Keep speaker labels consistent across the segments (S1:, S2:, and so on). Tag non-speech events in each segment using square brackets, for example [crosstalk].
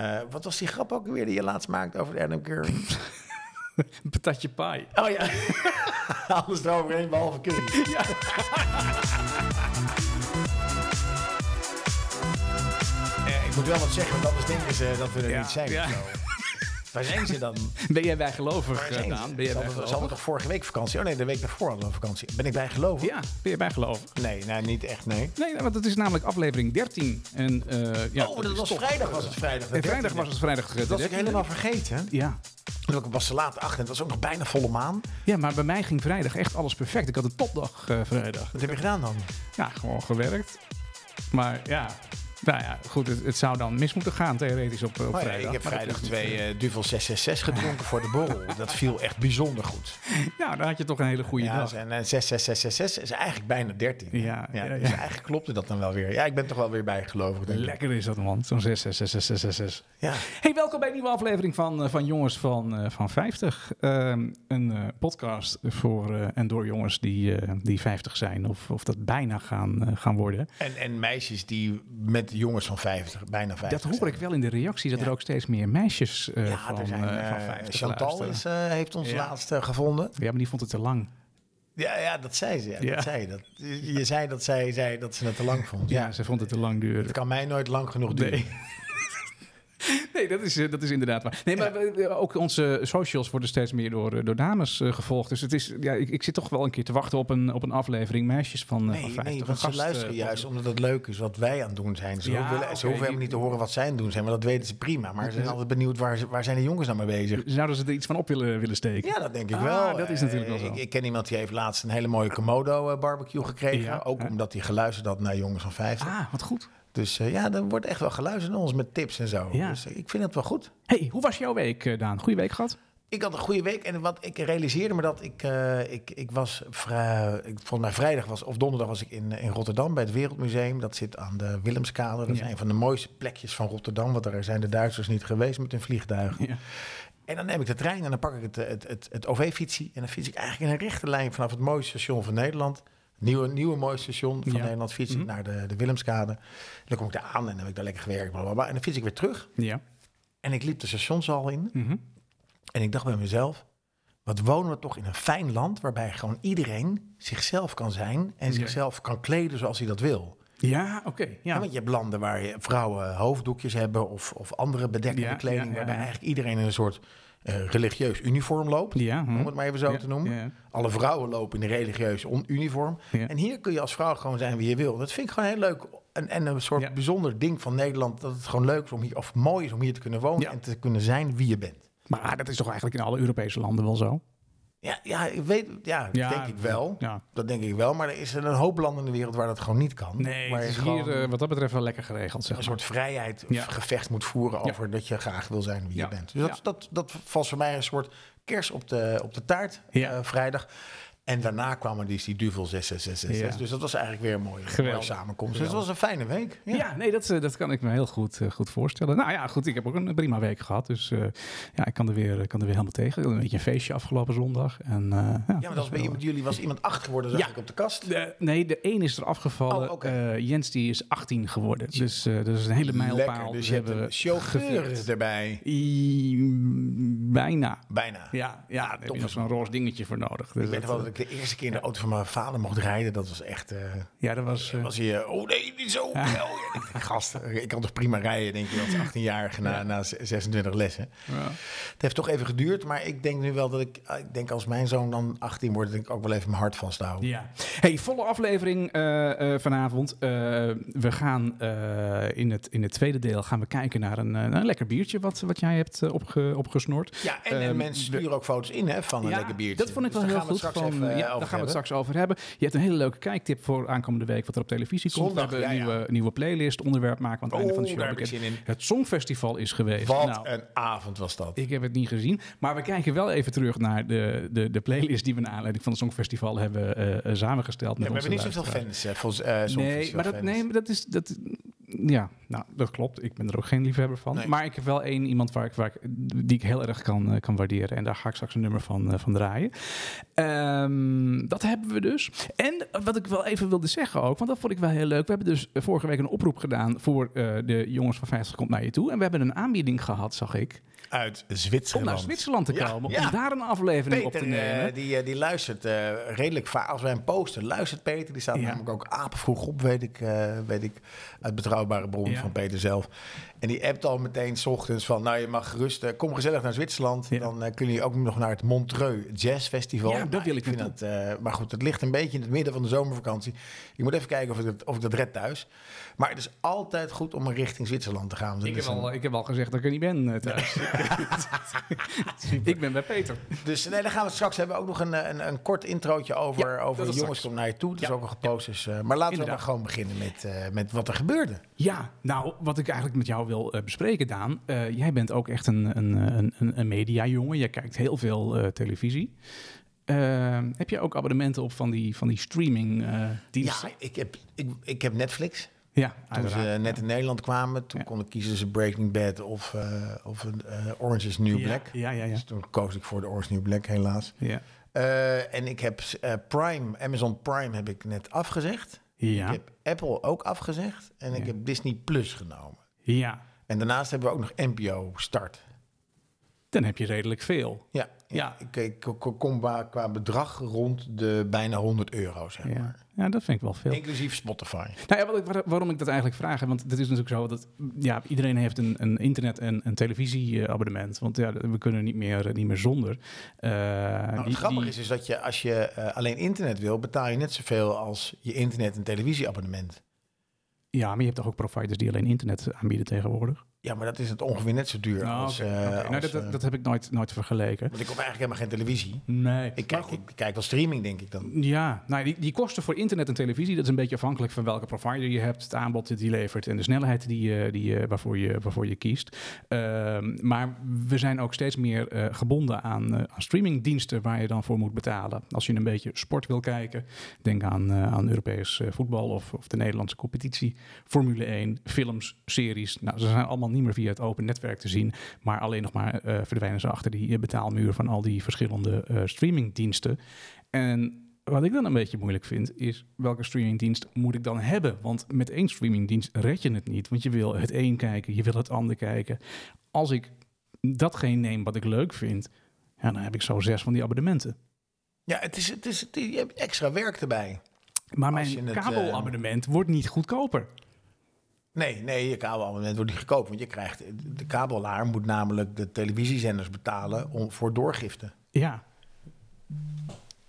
S1: Eh, wat was die grap ook weer die je laatst maakte over Adam Curry?
S2: Een patatje paai.
S1: [laughs] Oh ja, [laughs] alles eroverheen behalve curry. [laughs] Eh, ik moet wel wat zeggen, want anders denken ze dat we er niet zijn.
S2: ja.
S1: [laughs] Waar zijn ze dan?
S2: Ben jij bijgelovig,
S1: Waar zijn
S2: eh,
S1: ze?
S2: Daan? Ben jij
S1: Ze hadden- Ze
S2: bijgelovig?
S1: hadden toch vorige week vakantie? Oh nee, de week daarvoor hadden we vakantie. Ben ik bijgelovig?
S2: Ja, ben jij bijgelovig?
S1: Nee, nou niet echt, nee.
S2: Nee, want het is namelijk aflevering 13. En, eh, ja,
S1: oh, dat
S2: is
S1: was
S2: toch-
S1: vrijdag was het vrijdag. de
S2: En vrijdag
S1: 13e.
S2: was het vrijdag de
S1: Dat was ik
S2: 13e.
S1: helemaal vergeten.
S2: Ja.
S1: Ik was te laat achter. Het was ook nog bijna volle maan.
S2: ja, maar bij mij ging vrijdag echt alles perfect. Ik had een topdag eh, vrijdag.
S1: Wat heb je gedaan dan?
S2: Ja, gewoon gewerkt. Maar ja, nou ja, goed, het, het zou dan mis moeten gaan theoretisch op, op
S1: Nou ja,
S2: vrijdag.
S1: ik heb
S2: Maar dat
S1: vrijdag
S2: is niet-
S1: twee eh, Duvel 666 gedronken voor de borrel. Dat viel echt bijzonder goed.
S2: [laughs] Ja, dan had je toch een hele goede
S1: Ja,
S2: dag.
S1: en eh, 66666 is eigenlijk bijna 13. hè?
S2: Ja, ja,
S1: Dus
S2: ja.
S1: eigenlijk klopte dat dan wel weer. Ja, ik ben toch wel weer bijgelovig. Denk ik.
S2: Lekker is dat, man. Zo'n 6, 6, 6, 6, 6, 6.
S1: Ja.
S2: Hey, welkom bij een nieuwe aflevering van, eh, van Jongens van, eh, van 50. Ehm, een eh, podcast voor eh, en door jongens die, eh, die 50 zijn of, of dat bijna gaan, eh, gaan worden.
S1: En, en meisjes die met jongens van 50, bijna 50.
S2: Dat hoor ik wel in de reactie, dat
S1: Ja.
S2: er ook steeds meer meisjes eh,
S1: zijn. Ja,
S2: van,
S1: er zijn,
S2: eh,
S1: eh,
S2: van 50
S1: Chantal
S2: luisteren.
S1: is, eh, heeft ons
S2: Ja.
S1: laatst eh, gevonden.
S2: Ja, maar die vond het te lang.
S1: Ja, ja, dat zei ze. Ja,
S2: Ja.
S1: Dat zei je, dat. Je je zei dat zij zei dat ze het te lang vond.
S2: Ja,
S1: Ja,
S2: ze vond het te lang duren.
S1: [laughs] het kan mij nooit lang genoeg duren.
S2: Nee. Nee, dat is, eh, dat is inderdaad waar. Nee, maar we- we- ook onze socials worden steeds meer door, eh, door dames eh, gevolgd. Dus het is, ja, ik, ik zit toch wel een keer te wachten op een, op een aflevering meisjes van, eh,
S1: Nee,
S2: van
S1: nee,
S2: 50.
S1: want ze
S2: Een gast,
S1: luisteren
S2: eh,
S1: juist omdat het leuk is wat wij aan het doen zijn. Ze,
S2: Ja,
S1: hoeven,
S2: oké,
S1: ze hoeven
S2: die-
S1: helemaal niet te horen wat zij aan het doen zijn, want dat weten ze prima. Maar ze zijn altijd benieuwd waar, ze- waar zijn de jongens nou mee bezig.
S2: Zouden ze er iets van op willen, willen steken?
S1: Ja, dat denk ik
S2: Ah,
S1: wel.
S2: dat is
S1: Eh,
S2: natuurlijk wel zo.
S1: Ik, ik ken iemand die heeft laatst een hele mooie Komodo eh, barbecue gekregen.
S2: Ja,
S1: ook
S2: hè?
S1: omdat hij geluisterd had naar jongens van 50.
S2: Ah, wat goed.
S1: Dus eh, ja, er wordt echt wel geluisterd naar ons met tips en zo.
S2: Ja.
S1: Dus eh, ik vind het wel goed.
S2: hey, hoe was jouw week, eh, Daan? Goeie week gehad?
S1: Ik had een goede week en wat ik realiseerde me dat ik, eh, ik, ik was, vrij- ik, volgens mij vrijdag was of donderdag was ik in, eh, in Rotterdam bij het Wereldmuseum. Dat zit aan de Willemskade. Dat
S2: Ja.
S1: is een van de mooiste plekjes van Rotterdam, want daar zijn de Duitsers niet geweest met hun vliegtuigen.
S2: Ja.
S1: En dan neem ik de trein en dan pak ik het, eh, het, het, het OV-fietsie en dan fiets ik eigenlijk in een rechte lijn vanaf het mooiste station van Nederland. Nieuwe, nieuwe mooie station van
S2: Ja.
S1: Nederland fiets ik
S2: Mhm.
S1: naar de, de Willemskade. En dan kom ik daar aan en dan heb ik daar lekker gewerkt. blablabla. En dan fiets ik weer terug.
S2: ja.
S1: En ik liep de stationshal in.
S2: Mhm.
S1: En ik dacht bij mezelf, wat wonen we toch in een fijn land waarbij gewoon iedereen zichzelf kan zijn en
S2: Ja.
S1: zichzelf kan kleden zoals hij dat wil.
S2: Ja, oké. ja.
S1: Ja. want je hebt landen waar je vrouwen hoofddoekjes hebben of, of andere bedekkende
S2: Ja,
S1: kleding,
S2: ja, ja,
S1: waarbij
S2: ja.
S1: eigenlijk iedereen in een soort eh, religieus uniform loopt.
S2: ja, hm.
S1: Om het maar even zo
S2: Ja,
S1: te noemen.
S2: ja.
S1: Alle vrouwen lopen in een religieus on- uniform.
S2: Ja.
S1: En hier kun je als vrouw gewoon zijn wie je wil. Dat vind ik gewoon heel leuk. En, en een soort
S2: Ja.
S1: bijzonder ding van Nederland. Dat het gewoon leuk is om hier, of mooi is om hier te kunnen wonen.
S2: Ja.
S1: En te kunnen zijn wie je bent.
S2: Maar ah, dat is toch eigenlijk in alle Europese landen wel zo?
S1: Ja, ja, ik weet, ja,
S2: Ja,
S1: denk ik wel.
S2: Ja.
S1: Dat denk ik wel. Maar er is een hoop landen in de wereld waar dat gewoon niet kan.
S2: Nee,
S1: waar
S2: het
S1: je
S2: is
S1: gewoon
S2: hier eh, wat dat betreft wel lekker geregeld, zeg
S1: een
S2: maar.
S1: soort vrijheid
S2: Ja.
S1: gevecht moet voeren
S2: Ja.
S1: over dat je graag wil zijn wie
S2: Ja.
S1: je bent. Dus dat,
S2: Ja.
S1: dat, dat was voor mij een soort kers op de, op de taart
S2: Ja.
S1: eh, vrijdag. En daarna kwam er dus die Duvel 6666.
S2: Ja.
S1: Dus dat was eigenlijk weer een mooie, mooie
S2: Geweldig.
S1: samenkomst. Dus het was een fijne week.
S2: Ja, nee, dat, eh, dat kan ik me heel goed, eh, goed voorstellen. Nou ja, goed, ik heb ook een prima week gehad. Dus eh, ja, ik kan er, weer, kan er weer helemaal tegen. Ik had een beetje een feestje afgelopen zondag. En, eh,
S1: Ja, maar dat was bij iemand, jullie was iemand acht geworden, zag
S2: Ja.
S1: ik op de kast.
S2: De- nee, de één is er afgevallen.
S1: Oh, oké.
S2: Eh, Jens die is 18 geworden. Dus eh, dat is een hele mijlpaal.
S1: Lekker, dus je hebt een
S2: hebben gevierd.
S1: chauffeur erbij.
S2: I- bijna.
S1: Bijna.
S2: Ja, ja daar heb
S1: top.
S2: je nog zo'n roze dingetje voor nodig. Dus
S1: Ik weet nog
S2: dat,
S1: wel dat ik de eerste keer in de auto van mijn vader mocht rijden. Dat was echt... eh,
S2: ja, dat was... eh,
S1: was hij, eh, oh nee, niet zo. Oh, ja. Ik denk, gast, eh, ik kan toch prima rijden, denk je, als 18-jarige na, na 26 lessen.
S2: ja.
S1: Het heeft toch even geduurd, maar ik denk nu wel dat ik, ah, ik denk als mijn zoon dan 18 wordt, denk ik ook wel even mijn hart vasthouden.
S2: Ja. Hey, volle aflevering eh, eh, vanavond. Eh, we gaan eh, in, het, in het tweede deel gaan we kijken naar een, eh, een lekker biertje wat, wat jij hebt eh, opge, opgesnoord.
S1: Ja, en, en
S2: Ehm,
S1: mensen sturen ook foto's in hè, van een lekker biertje.
S2: dat vond ik
S1: Dus
S2: wel
S1: daar
S2: heel
S1: gaan we
S2: goed.
S1: het straks
S2: Van,
S1: even, eh,
S2: ja, daar
S1: over
S2: gaan we het
S1: hebben.
S2: straks over hebben. Je hebt een hele leuke kijktip voor aankomende week wat er op televisie komt.
S1: Zondag,
S2: we hebben
S1: ja,
S2: een
S1: ja.
S2: nieuwe, nieuwe playlist onderwerp maken. Want aan het einde van de
S1: Oh,
S2: show
S1: daar heb ik
S2: bekend.
S1: zin in.
S2: Het Songfestival is geweest.
S1: Wat
S2: Nou,
S1: een avond was dat.
S2: ik heb het niet gezien. Maar we kijken wel even terug naar de, de, de playlist die we naar aanleiding van het Songfestival hebben eh, eh, samengesteld.
S1: Nee,
S2: met
S1: we
S2: onze
S1: hebben niet zoveel fans,
S2: luisteraars.
S1: hè, volgens eh, soms
S2: Nee,
S1: veel
S2: maar dat,
S1: fans.
S2: nee, maar dat is. Dat, Ja, nou, dat klopt. Ik ben er ook geen liefhebber van.
S1: Nee.
S2: Maar ik heb wel één iemand waar ik, waar ik, die ik heel erg kan, eh, kan waarderen. En daar ga ik straks een nummer van, eh, van draaien. Ehm, dat hebben we dus. En wat ik wel even wilde zeggen ook, want dat vond ik wel heel leuk. We hebben dus vorige week een oproep gedaan voor eh, de jongens van 50 komt naar je toe. En we hebben een aanbieding gehad, zag ik,
S1: Uit
S2: om
S1: Zwitserland.
S2: naar Zwitserland te
S1: Ja,
S2: komen.
S1: ja.
S2: Om daar een aflevering op
S1: Peter,
S2: te
S1: eh,
S2: nemen.
S1: die, eh, die luistert eh, redelijk vaak. Als wij hem posten, luistert Peter. Die staat
S2: Ja.
S1: namelijk ook apenvroeg op, weet ik, eh, weet ik. Uit betrouwbare bron
S2: Ja.
S1: van Peter zelf. En die appt al meteen s ochtends van... nou, je mag gerust, eh, kom gezellig naar Zwitserland.
S2: Ja.
S1: Dan eh, kunnen jullie ook nog naar het Montreux Jazz Festival.
S2: Ja, daar
S1: Nou,
S2: wil ik
S1: vind dat,
S2: naartoe.
S1: eh, Maar goed, het ligt een beetje in het midden van de zomervakantie. Ik moet even kijken of ik dat, of ik dat red thuis. Maar het is altijd goed om richting Zwitserland te gaan. Want
S2: ik,
S1: het
S2: heb
S1: is
S2: al,
S1: een-
S2: ik heb al gezegd dat ik er niet ben
S1: [laughs]
S2: eh, thuis. [laughs] ik ben bij Peter.
S1: Dus nee, daar gaan we het straks hebben. We Ook nog een, eh, een, een kort introotje over,
S2: Ja,
S1: over
S2: dat is
S1: jongens
S2: straks.
S1: kom naar je toe. Het is
S2: Ja.
S1: ook al gepost. Dus, eh, maar laten we
S2: Inderdaad.
S1: maar gewoon beginnen met, eh, met wat er gebeurde.
S2: Ja, nou, wat ik eigenlijk met jou wil eh, bespreken, Daan. eh, jij bent ook echt een, een, een, een- een mediajongen. Jij kijkt heel veel eh, televisie. Eh, heb je ook abonnementen op van die, van die streaming eh
S1: Ja, eh,
S2: diensten?
S1: ik heb, ik, ik heb Netflix.
S2: Ja,
S1: Toen ze
S2: uiteraard.
S1: net in Nederland kwamen, toen
S2: Ja.
S1: kon ik kiezen tussen Breaking Bad of, eh, of een, eh, Orange is the New
S2: Ja,
S1: Black.
S2: Ja, ja, ja.
S1: Dus toen koos ik voor de Orange is the New Black, helaas.
S2: Ja.
S1: Eh, en ik heb eh, Prime, Amazon Prime heb ik net afgezegd.
S2: Ja.
S1: Ik heb Apple ook afgezegd. En ik
S2: Ja.
S1: heb Disney Plus genomen.
S2: ja,
S1: En daarnaast hebben we ook nog NPO Start.
S2: dan heb je redelijk veel.
S1: Ja,
S2: Ja.
S1: ja. Ik, ik, ik kom qua, qua bedrag rond de bijna 100 euro, zeg
S2: Ja.
S1: maar.
S2: ja, dat vind ik wel veel.
S1: Inclusief Spotify.
S2: Nou ja, wat ik- waar- waarom ik dat eigenlijk vraag, hè, want het is natuurlijk zo dat ja, iedereen heeft een, een internet- en een televisieabonnement. Want ja, we kunnen niet meer, niet meer zonder. Eh,
S1: Nou,
S2: die-
S1: het grappige
S2: die-
S1: is, is dat je als je eh, alleen internet wil, betaal je net zoveel als je internet- en televisieabonnement.
S2: Ja, maar je hebt toch ook providers die alleen internet aanbieden tegenwoordig?
S1: Ja, maar dat is het ongeveer net zo duur
S2: Nou,
S1: als...
S2: oké,
S1: eh,
S2: oké. Nou,
S1: als,
S2: dat, dat,
S1: eh,
S2: dat heb ik nooit, nooit vergeleken.
S1: want ik heb eigenlijk helemaal geen televisie.
S2: Nee.
S1: Ik kijk, ik, kijk wel streaming, denk ik dan.
S2: Ja, nou, die, die kosten voor internet en televisie, dat is een beetje afhankelijk van welke provider je hebt, het aanbod dat die levert en de snelheid die, eh, die, eh, waarvoor, je, waarvoor je kiest. Ehm, maar we zijn ook steeds meer eh, gebonden aan, eh, aan streamingdiensten waar je dan voor moet betalen. Als je een beetje sport wil kijken, denk aan, eh, aan Europees eh, voetbal of, of de Nederlandse competitie, Formule 1, films, series. Nou, ze zijn allemaal niet meer via het open netwerk te zien, maar alleen nog maar eh, verdwijnen ze achter die eh, betaalmuur van al die verschillende eh, streamingdiensten. En wat ik dan een beetje moeilijk vind, is welke streamingdienst moet ik dan hebben? Want met één streamingdienst red je het niet. Want je wil het een kijken, je wil het ander kijken. Als ik datgene neem wat ik leuk vind, ja, dan heb ik zo zes van die abonnementen.
S1: Ja, het is, het is, het is- je hebt extra werk erbij.
S2: Maar
S1: Als je
S2: mijn
S1: het, eh,
S2: kabelabonnement wordt niet goedkoper.
S1: Nee, nee, je kabelabonnement wordt niet goedkoop. Want je krijgt, de kabelaar moet namelijk de televisiezenders betalen om, voor doorgifte.
S2: Ja.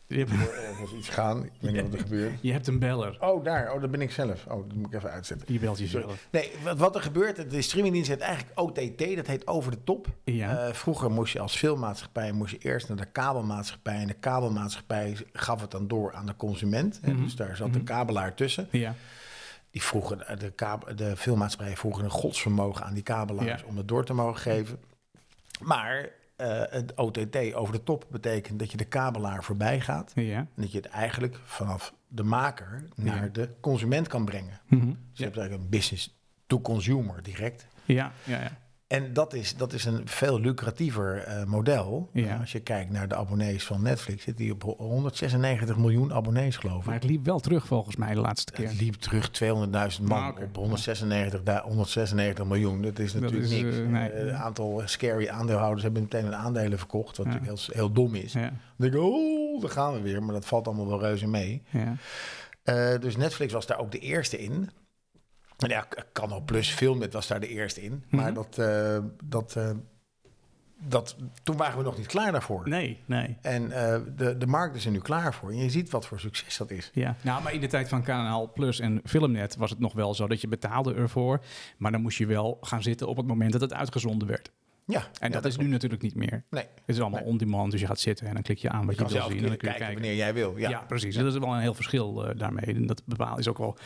S2: Je hebt,
S1: Er ergens iets gaan, ik weet niet wat er gebeurt.
S2: je hebt een beller.
S1: Oh, daar. Oh, dat ben ik zelf. Oh, dat moet ik even uitzetten.
S2: Je belt
S1: Sorry.
S2: jezelf.
S1: Nee, wat, wat er gebeurt, de streamingdienst heet eigenlijk OTT, dat heet over de top.
S2: Ja.
S1: Eh, vroeger moest je als filmmaatschappij moest je eerst naar de kabelmaatschappij. En de kabelmaatschappij gaf het dan door aan de consument. hè.
S2: Mhm.
S1: Dus daar zat de kabelaar tussen.
S2: Ja.
S1: Die vroegen, eh, de, kab- de filmmaatschappij vroegen een godsvermogen aan die kabelaars
S2: Ja.
S1: om het door te mogen geven. Maar eh, het OTT over de top betekent dat je de kabelaar voorbij gaat.
S2: Ja.
S1: En dat je het eigenlijk vanaf de maker naar
S2: Ja.
S1: de consument kan brengen.
S2: Mhm.
S1: Dus je hebt eigenlijk een business to consumer direct.
S2: Ja. Ja. ja.
S1: En dat is, dat is een veel lucratiever eh, model.
S2: Ja.
S1: Nou, als je kijkt naar de abonnees van Netflix, zit die op ho- 196 miljoen abonnees, geloof
S2: Maar
S1: ik.
S2: het liep wel terug volgens mij de laatste keer.
S1: Het liep terug 200.000 man
S2: Ah, oké.
S1: op 196, da- 196 miljoen. Dat is
S2: Dat
S1: natuurlijk
S2: is,
S1: niks.
S2: eh,
S1: Eh,
S2: nee.
S1: Een aantal scary aandeelhouders hebben meteen hun aandelen verkocht. Wat
S2: Ja.
S1: natuurlijk heel, heel dom is.
S2: Ja.
S1: Dan denk ik, oh, daar gaan we weer. Maar dat valt allemaal wel reuze mee.
S2: Ja.
S1: Eh, dus Netflix was daar ook de eerste in. En ja, K- Canal Plus Filmnet was daar de eerste in. Maar
S2: Mhm.
S1: dat, eh, dat, eh, dat, toen waren we nog niet klaar daarvoor.
S2: Nee, nee.
S1: En eh, de, de markt is er nu klaar voor. En je ziet wat voor succes dat is.
S2: Ja. Nou, maar in de tijd van Kanaal Plus en Filmnet was het nog wel zo dat je betaalde ervoor. Maar dan moest je wel gaan zitten op het moment dat het uitgezonden werd.
S1: Ja,
S2: En
S1: ja,
S2: dat, is nu natuurlijk niet meer.
S1: Nee,
S2: Het is allemaal
S1: Nee.
S2: on-demand, dus je gaat zitten en dan klik je aan wat
S1: je
S2: je,
S1: kan
S2: wil
S1: zelf
S2: zien. En dan
S1: kijken,
S2: kun je kijken.
S1: wanneer jij wil. Ja.
S2: Ja, precies. Dus Dat is wel een heel verschil eh, daarmee. En dat bepaal, is ook wel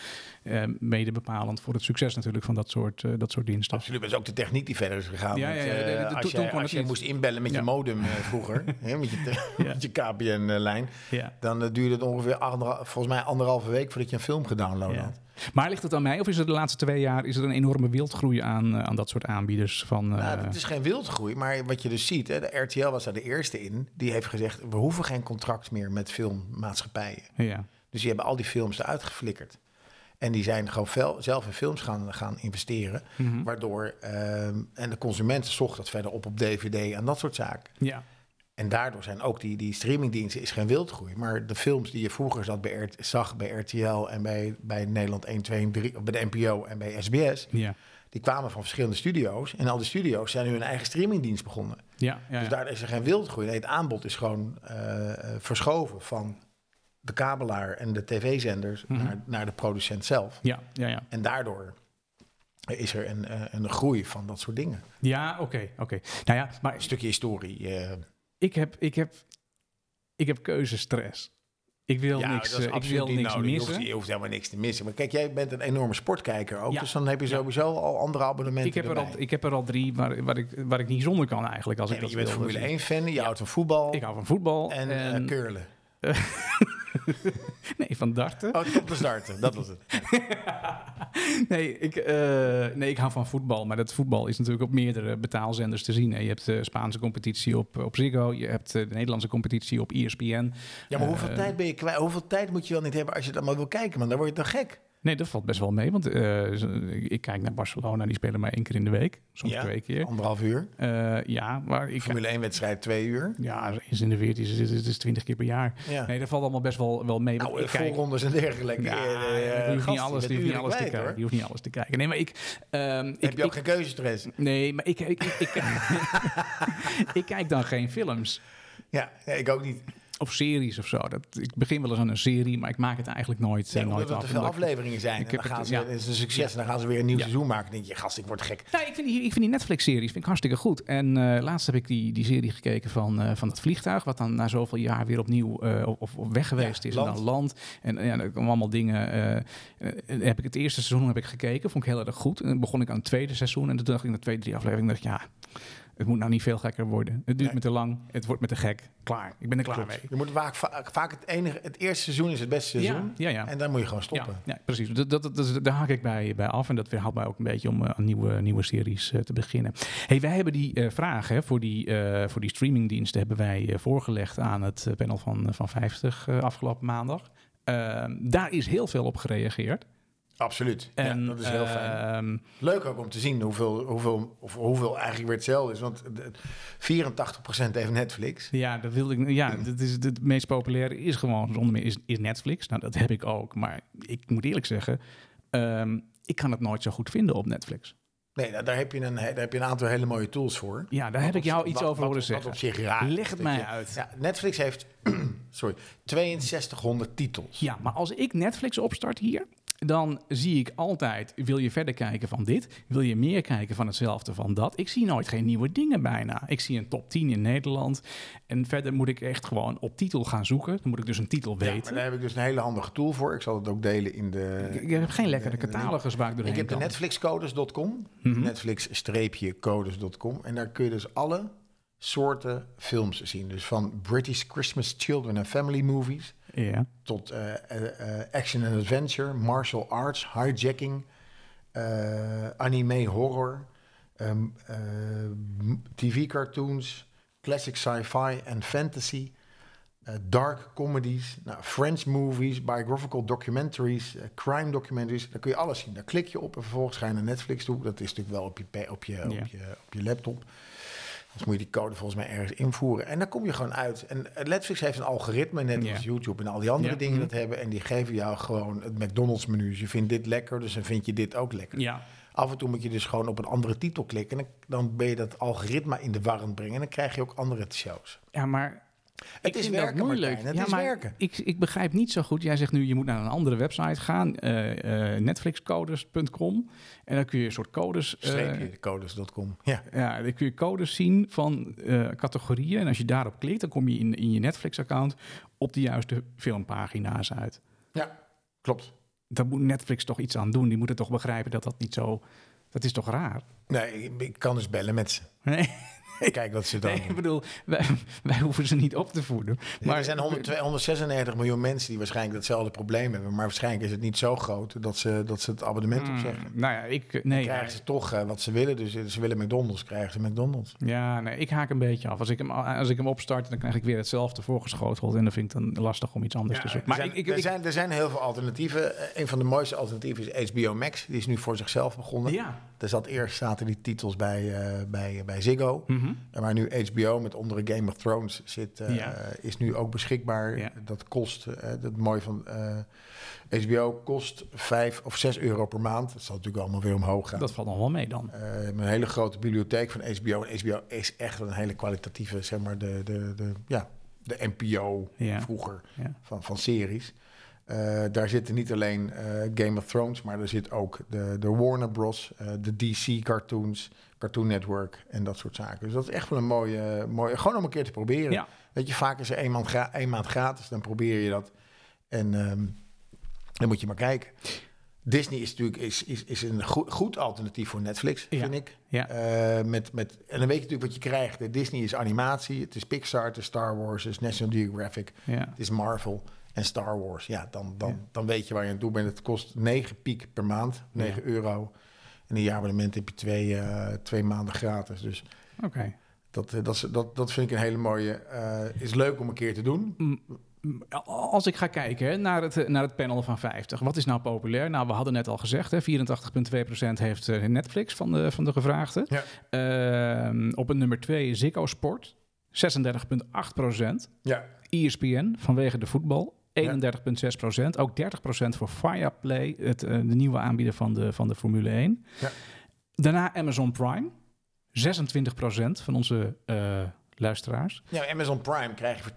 S2: eh, mede bepalend voor het succes natuurlijk van dat soort, eh, dat soort diensten.
S1: Absoluut, dat is ook de techniek die verder is gegaan.
S2: Ja,
S1: Want,
S2: ja, ja,
S1: eh,
S2: de- de- de- toen
S1: als
S2: kwam
S1: jij, als
S2: het
S1: jij
S2: niet.
S1: moest inbellen met
S2: Ja.
S1: je modem
S2: [laughs]
S1: eh, vroeger, hè, met je, te-
S2: Ja.
S1: [laughs] met je KPN-lijn,
S2: Ja.
S1: eh, dan eh, duurde het ongeveer anderhal- volgens mij anderhalve week voordat je een film gedownload
S2: Ja.
S1: had.
S2: Maar ligt het aan mij of is er de laatste twee jaar is er een enorme wildgroei aan, eh, aan dat soort aanbieders? Van, eh,
S1: Nou, dat is geen wildgroei, maar wat je dus ziet, hè, de RTL was daar de eerste in. Die heeft gezegd, we hoeven geen contract meer met filmmaatschappijen.
S2: ja.
S1: Dus die hebben al die films eruit geflikkerd. En die zijn gewoon fel- zelf in films gaan, gaan investeren.
S2: Mhm.
S1: Waardoor, ehm, en de consument zocht dat verder op op DVD en dat soort zaken.
S2: ja.
S1: En daardoor zijn ook die, die streamingdiensten is geen wildgroei. Maar de films die je vroeger zat bij R- zag bij RTL en bij, bij Nederland 1, 2 en 3, of bij de NPO en bij SBS,
S2: Ja.
S1: die kwamen van verschillende studio's. En al die studio's zijn nu hun eigen streamingdienst begonnen.
S2: Ja. Ja.
S1: Dus
S2: ja.
S1: daar is er geen wildgroei. Nee, het aanbod is gewoon eh, eh, verschoven van de kabelaar en de tv-zenders
S2: Mhm.
S1: naar, naar de producent zelf.
S2: Ja, ja, ja.
S1: En daardoor is er een, eh, een groei van dat soort dingen.
S2: Ja, oké, oké. Nou ja, maar
S1: Een stukje historie. eh,
S2: ik heb, ik heb, ik heb keuzestress. Ik wil
S1: ja,
S2: niks,
S1: dat is
S2: eh, ik
S1: absoluut
S2: wil
S1: niet
S2: niks
S1: nodig. Je hoeft-
S2: missen.
S1: Je, hoeft, helemaal niks te missen. Maar kijk, jij bent een enorme sportkijker ook.
S2: Ja.
S1: Dus dan heb je sowieso al andere abonnementen
S2: Ik heb, er
S1: erbij.
S2: al, ik heb er al drie waar, waar, ik, waar ik niet zonder kan eigenlijk. Als
S1: Nee,
S2: ik
S1: want
S2: dat
S1: je bent
S2: wil.
S1: Formule
S2: Dus
S1: 1-fan, je houdt van voetbal
S2: Ik hou Ehm, van voetbal.
S1: en,
S2: En,
S1: eh, curlen.
S2: nee, van darten. [laughs]
S1: Oh, dat was darten, dat was het.
S2: nee, ik, eh, nee, ik hou van voetbal. Maar dat voetbal is natuurlijk op meerdere betaalzenders te zien. hè. Je hebt de Spaanse competitie op, op Ziggo. Je hebt eh, de Nederlandse competitie op E ESPN.
S1: Ja, maar hoeveel
S2: Eh,
S1: tijd ben je kwijt? Hoeveel tijd moet je wel niet hebben als je dat maar wil kijken? Man, dan word je toch gek?
S2: Nee, dat valt best wel mee. Want eh, ik kijk naar Barcelona. Die spelen maar één keer in de week. Soms
S1: Ja.
S2: twee keer.
S1: Anderhalf uur.
S2: Eh, ja, Nou, maar ik...
S1: Formule 1-wedstrijd, twee uur.
S2: Ja, eens in de 14, is het is twintig keer per jaar.
S1: Ja.
S2: Nee, dat valt allemaal best wel, wel mee. want
S1: nou,
S2: ik kijk-
S1: voorrondes en dergelijke.
S2: Ja,
S1: Eh, eh,
S2: je hoeft
S1: gast,
S2: niet alles,
S1: je
S2: je hoeft
S1: bent
S2: niet
S1: uren
S2: alles te
S1: kwijt,
S2: kijken.
S1: hoor.
S2: Je hoeft niet alles te kijken. Nee, maar ik... ehm, ik
S1: Heb je ook
S2: ik-
S1: geen keuzestress?
S2: Nee, maar ik, ik, ik, ik,
S1: [laughs]
S2: ik [laughs] kijk dan geen films
S1: Ja, nee, ik ook niet.
S2: of series of zo. Dat, ik begin wel eens aan een serie, maar ik maak het eigenlijk nooit, eh,
S1: Nee,
S2: nooit
S1: omdat
S2: af.
S1: er te veel
S2: omdat ik-
S1: afleveringen zijn.
S2: ik
S1: En
S2: heb
S1: dan gaan
S2: het- dus-
S1: ze,
S2: ja.
S1: het is een succes en dan gaan ze weer een nieuw
S2: Ja.
S1: seizoen maken. Dan denk je, gast, ik word gek.
S2: Nou, ik vind die, ik vind die Netflix-series vind ik hartstikke goed. En eh, laatst heb ik die, die serie gekeken van, eh, van dat vliegtuig, wat dan na zoveel jaar weer opnieuw eh, of, of weg geweest
S1: Ja,
S2: is. En
S1: land.
S2: dan land. En eh, ja, er komen allemaal dingen. eh, eh, heb ik het eerste seizoen heb ik gekeken, vond ik heel erg goed. En dan begon ik aan het tweede seizoen. En toen dacht ik in de tweede, drie afleveringen, dacht ik, ja, het moet nou niet veel gekker worden. Het duurt
S1: Nee.
S2: me te lang, het wordt me te gek. Klaar, ik ben er klaar
S1: Klopt.
S2: mee.
S1: Je moet vaak, va- vaak het enige, het eerste seizoen is het beste seizoen.
S2: Ja, ja, ja.
S1: En dan moet je gewoon
S2: Ja,
S1: stoppen.
S2: ja, precies. Dat, dat, dat, dat- daar haak ik bij, bij af. En dat weerhoudt mij ook een beetje om eh, aan nieuwe, nieuwe series eh, te beginnen. Hey, wij hebben die eh vraag hè, voor, die, eh, voor die streamingdiensten hebben wij eh, voorgelegd aan het eh, panel van, van 50 eh, afgelopen maandag. Ehm, daar is heel veel op gereageerd.
S1: Absoluut.
S2: En,
S1: ja, dat is heel fijn.
S2: ehm,
S1: Leuk ook om te zien hoeveel, hoeveel, of hoeveel eigenlijk weer hetzelfde is. Want de- 84% heeft Netflix.
S2: Ja, dat wilde ik. Ja, dat is het meest populaire is gewoon zonder meer is, is Netflix. Nou, dat heb ik ook. Maar ik moet eerlijk zeggen, ehm, ik kan het nooit zo goed vinden op Netflix.
S1: Nee, nou, daar, heb je een, he- daar heb je een aantal hele mooie tools voor.
S2: Ja, daar heb ik jou
S1: Wat-
S2: iets
S1: wat-
S2: over horen
S1: wat-
S2: zeggen.
S1: Wat op zich raar.
S2: Leg het
S1: Dat
S2: mij
S1: je-
S2: uit.
S1: Ja, Netflix heeft, [clears throat] sorry, 6200 titels.
S2: Ja, maar als ik Netflix opstart hier, dan zie ik altijd: wil je verder kijken van dit? Wil je meer kijken van hetzelfde van dat? Ik zie nooit geen nieuwe dingen bijna. Ik zie een top 10 in Nederland. En verder moet ik echt gewoon op titel gaan zoeken. Dan moet ik dus een titel
S1: Ja, maar
S2: weten.
S1: daar heb ik dus een hele handige tool voor. Ik zal het ook delen in de...
S2: ik, ik heb geen lekkere catalogus waar ik doorheen
S1: Ik heb de
S2: kan.
S1: Netflixcodes.com,
S2: Mhm.
S1: Netflix-codes.com. En daar kun je dus alle soorten films zien. Dus van British Christmas Children and Family Movies...
S2: Ja.
S1: tot eh, eh, eh, action and adventure, martial arts, hijacking, eh, anime horror, ehm, eh, m- tv-cartoons, classic sci-fi en fantasy, eh, dark comedies, nou, French movies, biographical documentaries, eh, crime documentaries. Daar kun je alles zien. Daar klik je op en vervolgens ga je naar Netflix toe. Dat is natuurlijk wel op je, pa- op je,
S2: Ja.
S1: op je, op je laptop. Dus moet je die code volgens mij ergens invoeren. En dan kom je gewoon uit. En eh, Netflix heeft een algoritme, net als
S2: Ja.
S1: YouTube en al die andere
S2: Ja. Mhm.
S1: dingen dat hebben. En die geven jou gewoon het McDonald's menu. Dus je vindt dit lekker, dus dan vind je dit ook lekker.
S2: ja.
S1: Af en toe moet je dus gewoon op een andere titel klikken. En dan- dan ben je dat algoritme in de warm brengen. En dan krijg je ook andere shows.
S2: Ja, maar
S1: Het
S2: ik
S1: is
S2: vind dat
S1: werken, Martijn. Het
S2: ja,
S1: is
S2: maar eh,
S1: werken.
S2: Ik, ik begrijp niet zo goed. Jij zegt nu, je moet naar een andere website gaan. eh, eh, Netflixcodes.com. En dan kun je een soort codes... eh,
S1: Streepje, de codes.com. Ja.
S2: Ja, dan kun je codes zien van eh, categorieën. En als je daarop klikt, dan kom je in, in je Netflix-account op de juiste filmpagina's uit.
S1: ja, klopt.
S2: Daar moet Netflix toch iets aan doen. Die moeten toch begrijpen dat dat niet zo... Dat is toch raar? [laughs]
S1: Nee, ik, ik kan dus bellen met ze. [laughs]
S2: Nee.
S1: Kijk wat ze dan
S2: Nee,
S1: doen.
S2: ik bedoel, wij, wij hoeven ze niet op te voeden.
S1: Maar
S2: Maar
S1: er zijn 100 196 miljoen mensen die waarschijnlijk datzelfde probleem hebben. Maar waarschijnlijk is het niet zo groot dat ze, dat ze het abonnement
S2: Mm,
S1: opzeggen.
S2: nou ja, ik, nee,
S1: krijgen ze toch eh, wat ze willen. Dus eh, ze willen McDonald's, krijgen ze McDonald's.
S2: ja, nee, ik haak een beetje af. Als ik, hem, als ik hem opstart, dan krijg ik weer hetzelfde voorgeschoteld. En dan vind ik dan lastig om iets anders te zoeken.
S1: er,
S2: dus Maar
S1: zijn,
S2: ik, ik,
S1: er,
S2: ik-
S1: zijn, er zijn heel veel alternatieven. Eh, Een van de mooiste alternatieven is HBO Max. Die is nu voor zichzelf begonnen.
S2: ja.
S1: Er zat eerst zaten die titels bij, eh, bij, bij Ziggo.
S2: Mhm.
S1: Eh, Maar nu HBO met andere Game of Thrones zit, eh,
S2: Ja.
S1: is nu ook beschikbaar.
S2: Ja.
S1: Dat kost, eh, dat mooie van eh, HBO kost 5 of 6 euro per maand. Dat zal natuurlijk allemaal weer omhoog gaan.
S2: Dat valt nog wel mee dan.
S1: Eh, een hele grote bibliotheek van HBO. En HBO is echt een hele kwalitatieve, zeg maar, de, de, de, ja, de NPO
S2: Ja.
S1: vroeger
S2: Ja.
S1: van, van series. Eh, daar zitten niet alleen eh, Game of Thrones, maar er zit ook de, de Warner Bros, eh, de DC cartoons, Cartoon Network en dat soort zaken. Dus dat is echt wel een mooie, mooie gewoon om een keer te proberen.
S2: Ja.
S1: Weet je, vaak is er één maand, gra- één maand gratis, dan probeer je dat. En ehm, dan moet je maar kijken. Disney is natuurlijk is, is, is een goe- goed alternatief voor Netflix,
S2: Ja.
S1: vind ik.
S2: Ja.
S1: Eh, met, met, en dan weet je natuurlijk wat je krijgt. hè. Disney is animatie, het is Pixar, het is Star Wars, het is National Geographic,
S2: Ja.
S1: het is Marvel en Star Wars. Ja, dan, dan,
S2: Ja.
S1: dan weet je waar je aan toe bent. Het kost 9 piek per maand, 9 euro. En een jaarabonnement heb je twee, eh, twee maanden gratis. Dus
S2: Oké.
S1: dat, eh, dat, is- dat, dat vind ik een hele mooie. eh, is leuk om een keer te doen.
S2: Mm. Als ik ga kijken hè, naar, het, eh, naar het panel van 50, wat is nou populair? Nou, we hadden net al gezegd, hè, 84,2% heeft eh, Netflix van de, van de gevraagden.
S1: Ja.
S2: Ehm, op een nummer 2 Ziggo Sport, 36,8%.
S1: Ja,
S2: E ESPN vanwege de voetbal.
S1: Ja.
S2: 31,6 Ook 30 voor Fireplay, het, eh, de nieuwe aanbieder van de, van de Formule 1.
S1: Ja.
S2: Daarna Amazon Prime, 26 van onze eh, luisteraars.
S1: Ja, Amazon Prime krijg je voor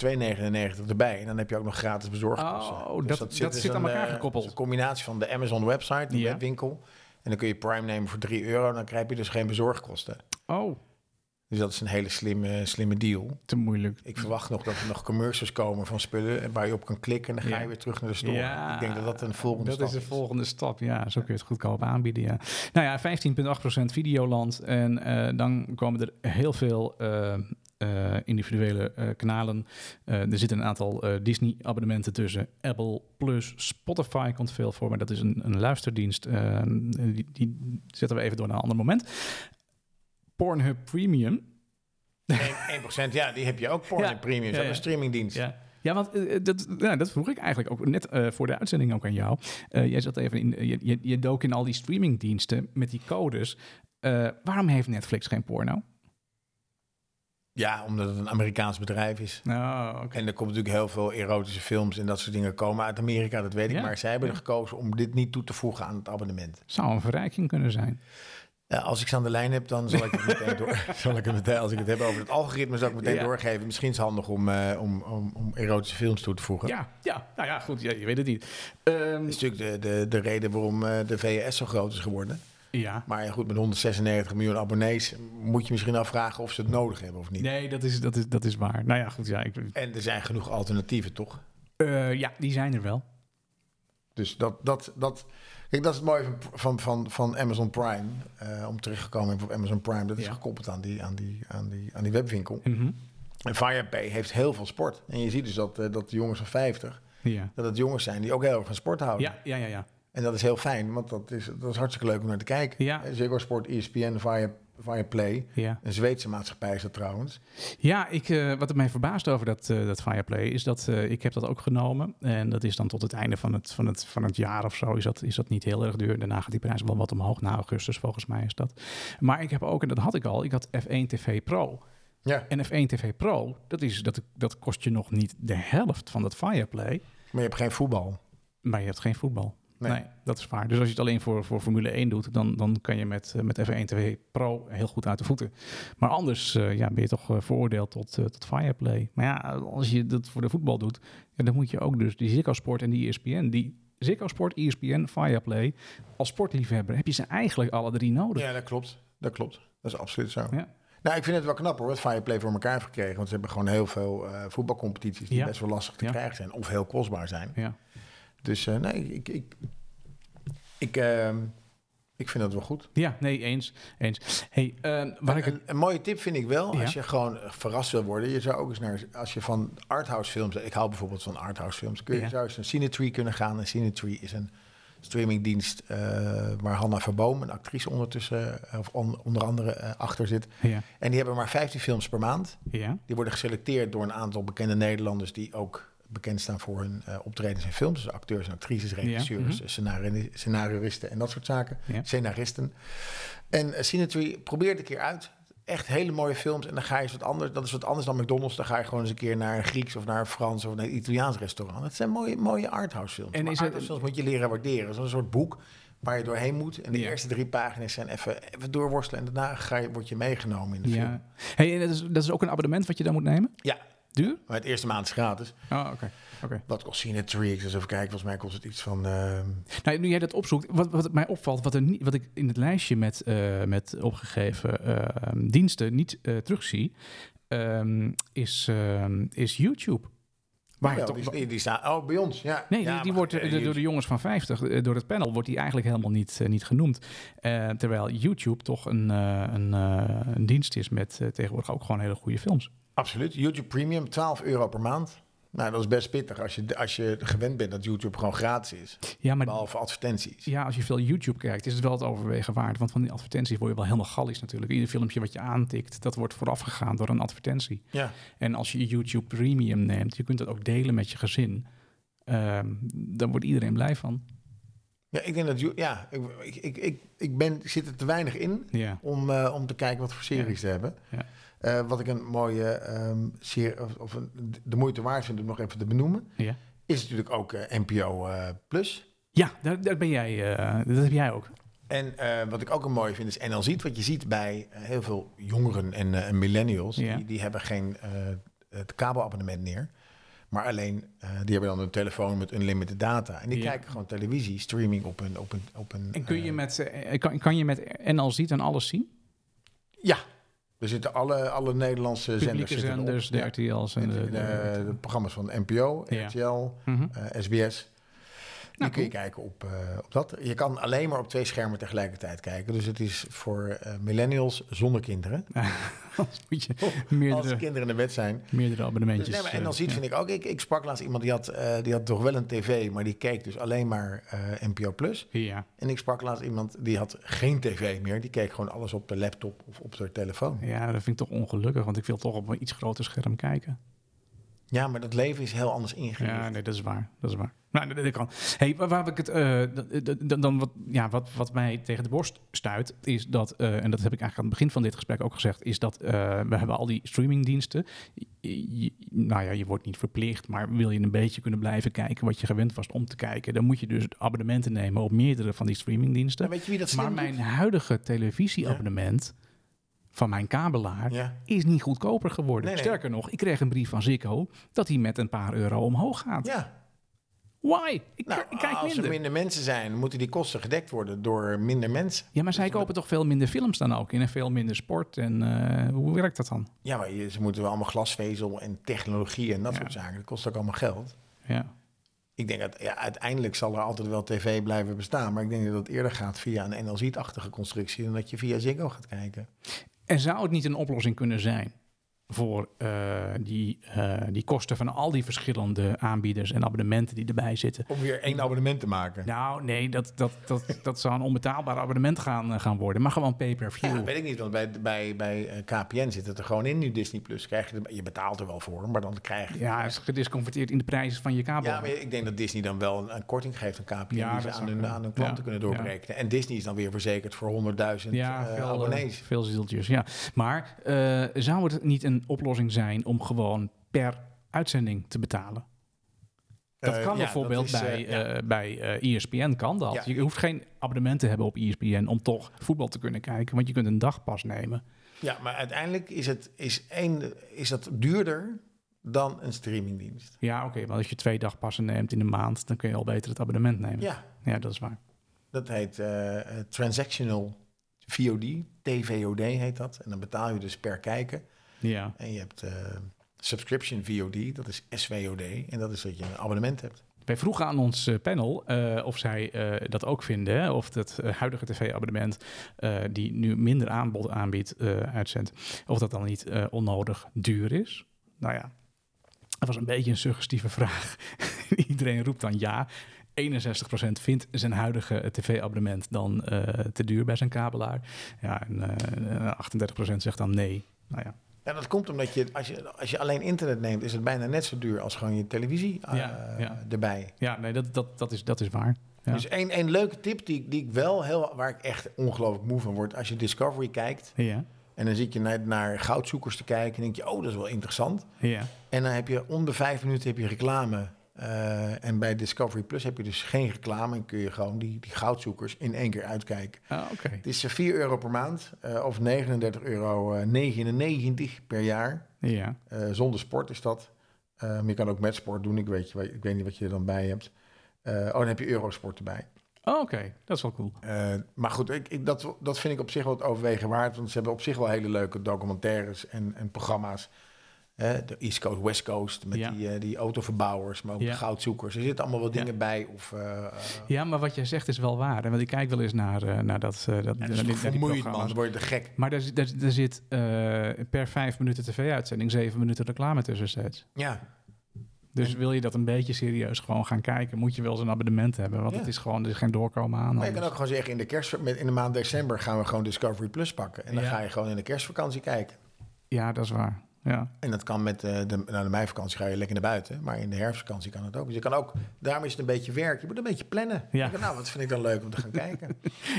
S1: 2,99 erbij. En dan heb je ook nog gratis bezorgd.
S2: Oh, dat- dat
S1: dus
S2: zit aan elkaar
S1: eh,
S2: gekoppeld.
S1: Een combinatie van de Amazon website, de
S2: Ja.
S1: webwinkel. En dan kun je Prime nemen voor 3 euro. Dan krijg je dus geen bezorgkosten.
S2: Oh,
S1: Dus dat is een hele slimme, slimme deal.
S2: te moeilijk.
S1: Ik verwacht nog dat er nog commercials komen van spullen waar je op kan klikken. En dan ga je
S2: Ja.
S1: weer terug naar de store.
S2: [laughs] Ja,
S1: Ik denk dat dat een volgende
S2: dat
S1: stap
S2: is. de volgende stap, ja. Zo kun je het goedkoop aanbieden, ja. Nou ja, 15,8% Videoland. En eh, dan komen er heel veel eh, eh, individuele eh, kanalen. Eh, er zitten een aantal eh, Disney-abonnementen tussen. Apple Plus, Spotify komt veel voor, maar dat is een, een luisterdienst. Eh, die, die zetten we even door naar een ander moment. Pornhub Premium.
S1: Eén- 1%, ja, die heb je ook voor
S2: Ja.
S1: de premium.
S2: Ja,
S1: Dat is
S2: ja.
S1: een streamingdienst.
S2: Ja. Ja, want eh, eh, dat, nou, dat vroeg ik eigenlijk ook net eh, voor de uitzending ook aan jou. Eh, jij zat even in, je, je, je dook in al die streamingdiensten met die codes. Eh, waarom heeft Netflix geen porno?
S1: ja, omdat het een Amerikaans bedrijf is.
S2: Nou, oké.
S1: En er komt natuurlijk heel veel erotische films en dat soort dingen komen uit Amerika, dat weet ik.
S2: Ja.
S1: Maar zij hebben er gekozen om dit niet toe te voegen aan het abonnement.
S2: Zou een verrijking kunnen zijn.
S1: Eh, als ik ze aan de lijn heb, dan zal ik het meteen door.
S2: [laughs]
S1: zal ik het meteen, als ik het heb over het algoritme, zal ik het meteen
S2: Ja.
S1: doorgeven. Misschien is het handig om, eh, om, om, om erotische films toe te voegen.
S2: Ja, ja, nou ja, goed, ja, je weet het niet. Ehm,
S1: Dat is natuurlijk de, de, de reden waarom eh, de VS zo groot is geworden.
S2: ja.
S1: Maar ja, goed, met 196 miljoen abonnees moet je misschien afvragen of ze het nodig hebben of niet.
S2: Nee, dat is, dat, is, dat is waar. Nou ja, goed, ja, ik,
S1: En er zijn genoeg alternatieven, toch?
S2: Eh, ja, die zijn er wel.
S1: Dus dat, dat, dat, kijk, dat is het mooie van, van, van, van Amazon Prime. eh, om terug te komen op Amazon Prime. Dat is
S2: Ja.
S1: gekoppeld aan die, aan, die, aan, die, aan die webwinkel.
S2: Mhm.
S1: En FirePay heeft heel veel sport. En je ziet dus dat, eh, dat de jongens van 50,
S2: ja.
S1: dat het jongens zijn die ook heel erg van sport houden.
S2: ja, ja, ja, ja.
S1: En dat is heel fijn, want dat is, dat is hartstikke leuk om naar te kijken.
S2: Ja.
S1: Eh, Ziggo Sport, ESPN, Fire, Fireplay.
S2: ja.
S1: Een Zweedse maatschappij is dat trouwens.
S2: Ja, ik, eh, wat het mij verbaast over dat, eh, dat Fireplay is dat eh, ik heb dat ook genomen. En dat is dan tot het einde van het, van het, van het jaar of zo. Is dat, is dat niet heel erg duur. Daarna gaat die prijs wel wat omhoog. Na augustus volgens mij is dat. Maar ik heb ook, en dat had ik al, ik had F1 TV Pro.
S1: Ja,
S2: En F1 TV Pro, dat, is, dat, dat kost je nog niet de helft van dat Fireplay.
S1: maar je hebt geen voetbal.
S2: Maar je hebt geen voetbal. Nee.
S1: Nee.
S2: dat is waar. Dus als je het alleen voor, voor Formule 1 doet, dan, dan kan je met, eh, met F1 TV Pro heel goed uit de voeten. Maar anders eh, ja, ben je toch eh, veroordeeld tot, eh, tot Fireplay. Maar ja, als je dat voor de voetbal doet, ja, dan moet je ook dus die Ziggo Sport en die ESPN, die Ziggo Sport, E ESPN, Fireplay, als sportliefhebber heb je ze eigenlijk alle drie nodig.
S1: Ja, dat klopt. Dat klopt. Dat is absoluut zo.
S2: Ja.
S1: Nou, ik vind het wel knap hoor, wat Fireplay voor elkaar heeft gekregen. Want ze hebben gewoon heel veel eh, voetbalcompetities die
S2: Ja.
S1: best wel lastig te
S2: Ja.
S1: krijgen zijn. Of heel kostbaar zijn.
S2: Ja.
S1: Dus eh, nee, ik... ik, ik, ik, ehm, Ik vind dat wel goed.
S2: Ja, nee, eens. eens. Hey, eh, waar ik het-
S1: Een, een mooie tip vind ik wel,
S2: Ja.
S1: als je gewoon verrast wil worden. Je zou ook eens naar, als je van arthouse films, ik hou bijvoorbeeld van arthouse films, kun je
S2: Ja.
S1: zou eens naar Cinetree kunnen gaan. En Cinetree is een streamingdienst eh, waar Hanna Verboom, een actrice ondertussen, eh, of on- onder andere, eh, achter zit.
S2: Ja,
S1: En die hebben maar 15 films per maand.
S2: ja,
S1: Die worden geselecteerd door een aantal bekende Nederlanders die ook bekend staan voor hun eh, optredens in films. Dus acteurs en actrices, regisseurs, eh,
S2: mhm.
S1: scenari- scenarioisten en dat soort zaken.
S2: Ja.
S1: Scenaristen. En eh, Cinetree, probeer het een keer uit. Echt hele mooie films. En dan ga je eens wat anders. Dat is wat anders dan McDonald's. Dan ga je gewoon eens een keer naar een Grieks of naar een Frans of naar een Italiaans restaurant. Het zijn mooie, mooie arthouse films.
S2: En
S1: En
S2: is
S1: is
S2: het-
S1: arthouse films moet je leren waarderen. Dat is een soort boek waar je doorheen moet. En de
S2: Ja.
S1: eerste drie pagina's zijn even, even doorworstelen. En daarna ga je, word je meegenomen in de film.
S2: ja. Hey, en dat, is, dat is ook een abonnement wat je dan moet nemen?
S1: Ja,
S2: Duur?
S1: maar het eerste maand is gratis.
S2: Oh, oké. oké.
S1: Wat kost Cinetrix? Dus even kijken, volgens mij kost het iets van... eh,
S2: Nou, nu jij dat opzoekt, wat, wat mij opvalt, wat, er niet, wat ik in het lijstje met, eh, met opgegeven eh, diensten niet eh, terugzie, ehm, is, ehm, is YouTube. Waar
S1: jawel,
S2: het toch-
S1: die, die, die staan... Oh, bij ons, ja.
S2: Nee,
S1: Ja,
S2: die, die
S1: maar,
S2: wordt
S1: eh,
S2: eh,
S1: die-
S2: door de jongens van 50, eh, door het panel, wordt die eigenlijk helemaal niet, eh, niet genoemd. Eh, terwijl YouTube toch een, eh, een, eh, een dienst is met eh, tegenwoordig ook gewoon hele goede films.
S1: Absoluut. YouTube Premium, 12 euro per maand. Nou, dat is best pittig als je, als je gewend bent dat YouTube gewoon gratis is.
S2: Ja, maar
S1: Behalve advertenties.
S2: ja, als je veel YouTube kijkt, is het wel het overwegen waard. Want van die advertenties word je wel helemaal gallisch natuurlijk. Ieder filmpje wat je aantikt, dat wordt voorafgegaan door een advertentie.
S1: Ja.
S2: En als je YouTube Premium neemt, je kunt dat ook delen met je gezin. Ehm, dan wordt iedereen blij van.
S1: Ja, ik denk dat... You- Ja, ik, ik, ik, ik, ik ben, ik zit er te weinig in
S2: Ja,
S1: om, eh, om te kijken wat voor series
S2: Ja.
S1: ze hebben.
S2: Ja.
S1: Eh, wat ik een mooie ehm serie, of, of een- de moeite waard vind om nog even te benoemen,
S2: ja.
S1: is natuurlijk ook eh, NPO eh, Plus.
S2: ja daar, daar ben jij, eh, dat heb jij ook.
S1: En eh, wat ik ook een mooi vind is, en dan ziet wat je ziet bij eh, heel veel jongeren en eh, en millennials,
S2: Ja.
S1: die, die hebben geen eh, het kabelabonnement neer. Maar alleen, eh, die hebben dan een telefoon met unlimited data. En die
S2: Ja.
S1: kijken gewoon televisie, streaming op een... Op een, op een
S2: En kun je
S1: eh,
S2: met, eh, kan, kan je met NL ziet dan alles zien?
S1: ja, er zitten alle, alle Nederlandse zenders
S2: Publieke
S1: zitten erop.
S2: zenders, de
S1: Ja.
S2: RTL's en de...
S1: En, eh, de, programma's van NPO,
S2: Ja.
S1: RTL,
S2: Mhm.
S1: eh, SBS. Die
S2: Nou,
S1: kun je kijken op, eh, op dat. Je kan alleen maar op twee schermen tegelijkertijd kijken. Dus het is voor eh, millennials zonder kinderen.
S2: [laughs] Anders moet je
S1: eh, Oh, Als de
S2: meerdere,
S1: kinderen in de wet zijn.
S2: meerdere
S1: Dus,
S2: abonnementjes...
S1: nee, maar en dan
S2: eh,
S1: ziet,
S2: ja.
S1: vind ik ook, ik, ik sprak laatst iemand die had, eh, die had toch wel een tv, maar die keek dus alleen maar eh, NPO Plus.
S2: Ja,
S1: En ik sprak laatst iemand die had geen tv meer, die keek gewoon alles op de laptop of op de telefoon.
S2: ja, dat vind ik toch ongelukkig, want ik wil toch op een iets groter scherm kijken.
S1: Ja, maar dat leven is heel anders
S2: Ja,
S1: ingericht.
S2: nee, dat is waar. Dat is waar. Nou, dat, dat kan. Hey, waar, waar ik het, eh, d- d- d- dan wat, ja, wat, wat mij tegen de borst stuit, is dat, eh, en dat heb ik eigenlijk aan het begin van dit gesprek ook gezegd, is dat eh, we hebben al die streamingdiensten. Je, je- nou ja, je wordt niet verplicht, maar wil je een beetje kunnen blijven kijken wat je gewend was om te kijken, dan moet je dus abonnementen nemen op meerdere van die streamingdiensten.
S1: En weet je wie dat slim
S2: maar mijn
S1: doet?
S2: huidige televisieabonnement van mijn kabelaar
S1: Ja.
S2: is niet goedkoper geworden.
S1: Nee, nee.
S2: Sterker nog, ik kreeg een brief van Ziggo dat hij met een paar euro omhoog gaat.
S1: Ja,
S2: Why? Ik,
S1: nou,
S2: ik kijk
S1: als er
S2: minder.
S1: minder mensen zijn, moeten die kosten gedekt worden door minder mensen.
S2: Ja, maar zij kopen toch veel minder films dan ook in en veel minder sport. En eh, hoe werkt dat dan?
S1: Ja, maar je- ze moeten wel allemaal glasvezel en technologie en dat
S2: Ja.
S1: soort zaken. Dat kost ook allemaal geld.
S2: Ja.
S1: Ik denk dat ja, uiteindelijk zal er altijd wel tv blijven bestaan. Maar ik denk dat het eerder gaat via een NLZ-achtige constructie... dan dat je via Ziggo gaat kijken.
S2: En zou het niet een oplossing kunnen zijn voor eh, die, eh, die kosten van al die verschillende aanbieders en abonnementen die erbij zitten?
S1: Om weer één abonnement te maken.
S2: Nou, nee, dat, dat, dat, dat zou een onbetaalbaar abonnement gaan, eh, gaan worden. Maar gewoon
S1: Ja,
S2: pay-per-view.
S1: dat weet ik niet, want bij, bij, bij eh, KPN zit het er gewoon in nu, Disney+. Plus. Krijg je, er- je betaalt er wel voor, maar dan krijg je...
S2: Ja, het is gedisconverteerd in de prijzen van je kabel.
S1: Ja, maar ik denk dat Disney dan wel een, een korting geeft aan KPN...
S2: Ja,
S1: die ze
S2: dat
S1: aan
S2: zou
S1: hun,
S2: kunnen.
S1: aan hun klanten
S2: Ja,
S1: kunnen
S2: ja.
S1: doorberekenen. En Disney is dan weer verzekerd voor 100.000
S2: Ja,
S1: eh,
S2: veel, eh,
S1: abonnees.
S2: veel zieltjes, ja. Maar eh, zou het niet een oplossing zijn om gewoon per uitzending te betalen? Dat
S1: Eh,
S2: kan
S1: ja,
S2: bijvoorbeeld
S1: dat is,
S2: bij,
S1: eh, ja.
S2: eh, bij eh, ESPN, kan dat.
S1: Ja.
S2: Je hoeft geen abonnement te hebben op E ESPN om toch voetbal te kunnen kijken, want je kunt een dagpas nemen.
S1: Ja, maar uiteindelijk is, het, is, één, is dat duurder dan een streamingdienst.
S2: Ja, oké, maar als je twee dagpassen neemt in de maand, dan kun je al beter het abonnement nemen.
S1: Ja,
S2: Ja, dat is waar.
S1: dat heet eh, eh, Transactional VOD, TVOD heet dat. En dan betaal je dus per kijken.
S2: Ja.
S1: En je hebt eh, Subscription VOD, dat is SWOD. En dat is dat je een abonnement hebt.
S2: Wij vroegen aan ons eh, panel eh, of zij eh, dat ook vinden. hè, Of het huidige tv-abonnement, eh, die nu minder aanbod aanbiedt, eh, uitzendt. Of dat dan niet eh, onnodig duur is. Nou ja, dat was een beetje een suggestieve vraag. [laughs] Iedereen roept dan ja. 61% vindt zijn huidige eh, tv-abonnement dan eh, te duur bij zijn kabelaar. Ja, en eh 38% zegt dan nee. Nou ja,
S1: En dat komt omdat je als, je, als je alleen internet neemt, is het bijna net zo duur als gewoon je televisie eh,
S2: Ja, ja.
S1: erbij.
S2: ja nee, dat, dat, dat, is, dat is waar. Ja.
S1: Dus één een leuke tip die, die ik wel heel, waar ik echt ongelooflijk moe van word. Als je Discovery kijkt
S2: Ja,
S1: en dan zit je naar, naar goudzoekers te kijken en denk je, oh, dat is wel interessant.
S2: ja.
S1: En dan heb je om de vijf minuten heb je reclame. Eh, en bij Discovery Plus heb je dus geen reclame en kun je gewoon die, die goudzoekers in één keer uitkijken.
S2: Ah, oké.
S1: Het is eh, 4 euro per maand eh, of 39,99 euro eh, per jaar.
S2: Ja,
S1: Eh, zonder sport is dat. Eh, maar je kan ook met sport doen. Ik weet, je- ik weet niet wat je er dan bij hebt. Eh, oh, dan heb je Eurosport erbij.
S2: oh, oké. Dat is wel cool.
S1: Eh, maar goed, ik, ik, dat, dat vind ik op zich wel het overwegen waard. Want ze hebben op zich wel hele leuke documentaires en, en programma's. Eh, de East Coast, West Coast, met
S2: Ja.
S1: die, eh, die autoverbouwers, maar ook
S2: Ja.
S1: de goudzoekers. Er zitten allemaal wel
S2: Ja.
S1: dingen bij. Of, eh, eh,
S2: Ja, maar wat jij zegt is wel waar. hè, Want ik kijk wel eens naar, eh, naar dat... eh,
S1: ja,
S2: dat naar
S1: dat is
S2: die-
S1: toch
S2: naar die
S1: dus vermoeiend, man.
S2: programma's.
S1: Dan word je er gek.
S2: Maar daar, zit- daar, zit- daar zit eh, per vijf minuten tv-uitzending zeven minuten reclame tussen steeds.
S1: Ja,
S2: Dus wil je dat een beetje serieus gewoon gaan kijken, moet je wel zo'n abonnement hebben. Want
S1: Ja.
S2: het is gewoon, er is geen doorkomen aan.
S1: maar je kan
S2: anders.
S1: ook gewoon zeggen, in de, kerst, met- in de maand december gaan we gewoon Discovery Plus pakken. En dan
S2: Ja.
S1: ga je gewoon in de kerstvakantie kijken.
S2: Ja, dat is waar. Ja. [laughs]
S1: En dat kan met eh, de, nou, de meivakantie ga je lekker naar buiten. Maar in de herfstvakantie kan het ook. Dus je kan ook, daarom is het een beetje werk. Je moet een beetje plannen.
S2: Ja.
S1: Je kan, nou, wat vind ik dan leuk om te gaan
S2: [laughs]
S1: kijken.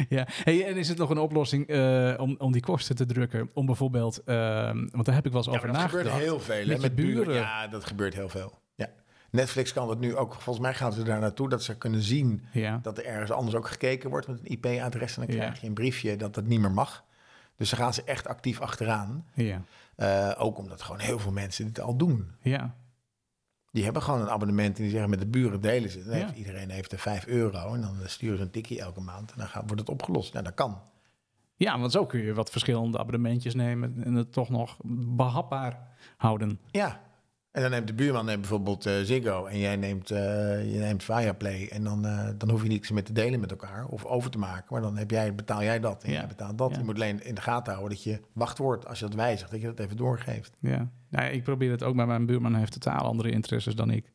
S2: ja. Hey, en is het nog een oplossing eh, om, om die kosten te drukken? Om bijvoorbeeld, eh, want daar heb ik wel eens
S1: Ja, maar
S2: over
S1: dat
S2: nagedacht.
S1: gebeurt heel veel. hè,
S2: Met je buren.
S1: Ja, dat gebeurt heel veel. Ja. Netflix kan dat nu ook. Volgens mij gaan ze daar naartoe dat ze kunnen zien
S2: Ja.
S1: dat er ergens anders ook gekeken wordt met een IP-adres. En dan
S2: Ja.
S1: krijg je een briefje dat dat niet meer mag. Dus daar gaan ze echt actief achteraan.
S2: Ja.
S1: Eh, ook omdat gewoon heel veel mensen dit al doen.
S2: ja.
S1: Die hebben gewoon een abonnement en die zeggen met de buren delen ze. Dan
S2: Ja.
S1: heeft, iedereen heeft er 5 euro en dan sturen ze een tikkie elke maand. En dan gaat, wordt het opgelost. Nou, dat kan.
S2: Ja, want zo kun je wat verschillende abonnementjes nemen en het toch nog behapbaar houden.
S1: Ja. En dan neemt de buurman neemt bijvoorbeeld eh, Ziggo en jij neemt, eh je neemt Viaplay. En dan, eh, dan hoef je niks meer te delen met elkaar of over te maken. Maar dan heb jij, betaal jij dat en
S2: Ja.
S1: jij betaalt dat.
S2: Ja.
S1: Je moet alleen in de gaten houden dat je wachtwoord, als je dat wijzigt, dat je dat even doorgeeft.
S2: Ja. Nou, ja, ik probeer het ook, maar mijn buurman heeft totaal andere interesses dan ik.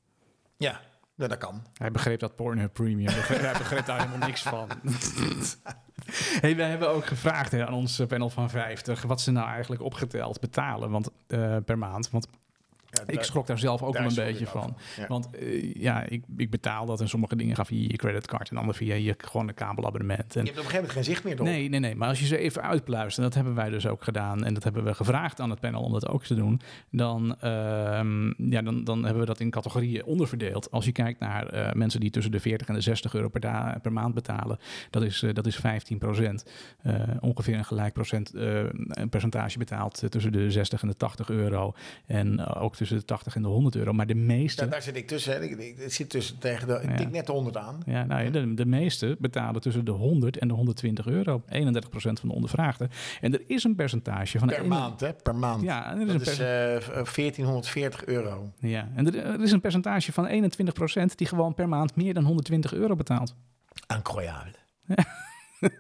S1: Ja, nou, dat kan.
S2: Hij begreep dat Pornhub Premium. Begreep- hij begreep daar helemaal niks
S1: [laughs]
S2: van. hey, wij hebben ook gevraagd hè, aan ons eh, panel van 50 wat ze nou eigenlijk opgeteld betalen want, eh, per maand. Want
S1: Ja,
S2: ik
S1: daar-
S2: schrok daar zelf ook
S1: daar
S2: wel een
S1: schrok ik
S2: beetje
S1: ook
S2: van.
S1: Ja.
S2: Want eh, ja, ik, ik betaal dat en sommige dingen ga via je creditcard en andere via je gewoon een kabelabonnement. En
S1: Je hebt op een gegeven moment geen zicht meer erop.
S2: Nee, nee, nee. Maar als je ze even uitpluist, en dat hebben wij dus ook gedaan, en dat hebben we gevraagd aan het panel om dat ook te doen, dan, ehm, ja, dan, dan hebben we dat in categorieën onderverdeeld. Als je kijkt naar eh, mensen die tussen de 40 en de 60 euro per, da- per maand betalen, dat is, eh, dat is 15 procent. Eh, ongeveer een gelijk procent, eh, een percentage betaalt eh, tussen de 60 en de 80 euro. En eh, ook tussen de 80 en de 100 euro. Maar de meeste.
S1: Ja, daar zit ik tussen. hè. Ik, ik- ik zit tussen tegen de, ik
S2: Ja.
S1: tik net de 100 aan.
S2: Ja, nou, ja, de, de meesten betalen tussen de 100 en de 120 euro. 31% van de ondervraagden. En er is een percentage van...
S1: Per
S2: een-
S1: maand, hè? Per maand.
S2: Ja, en er is
S1: dat
S2: een
S1: is
S2: perce-
S1: eh, v- eh, 1440 euro.
S2: ja, en er, er is een percentage van 21% die gewoon per maand meer dan 120 euro betaalt.
S1: Incroyable. [laughs]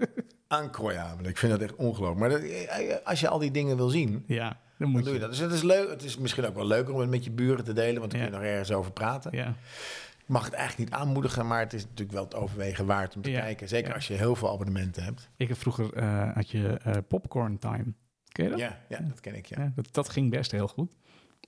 S1: Incroyable. Ik vind dat echt ongelooflijk. Maar dat- eh, eh, als je al die dingen wil zien,
S2: Ja, dan
S1: dan
S2: moet
S1: doe je dat. Dus het is leuk. Het is misschien ook wel leuker om het met je buren te delen, want dan
S2: Ja.
S1: kun je nog ergens over praten.
S2: Ja,
S1: Ik mag het eigenlijk niet aanmoedigen, maar het is natuurlijk wel het overwegen waard om te
S2: Ja.
S1: kijken. Zeker
S2: Ja.
S1: als je heel veel abonnementen hebt.
S2: ik heb vroeger eh, had je eh, popcorn time. Ken je
S1: Ja,
S2: dat?
S1: ja, dat ken ik. Ja.
S2: Ja, dat? Dat ging best heel goed.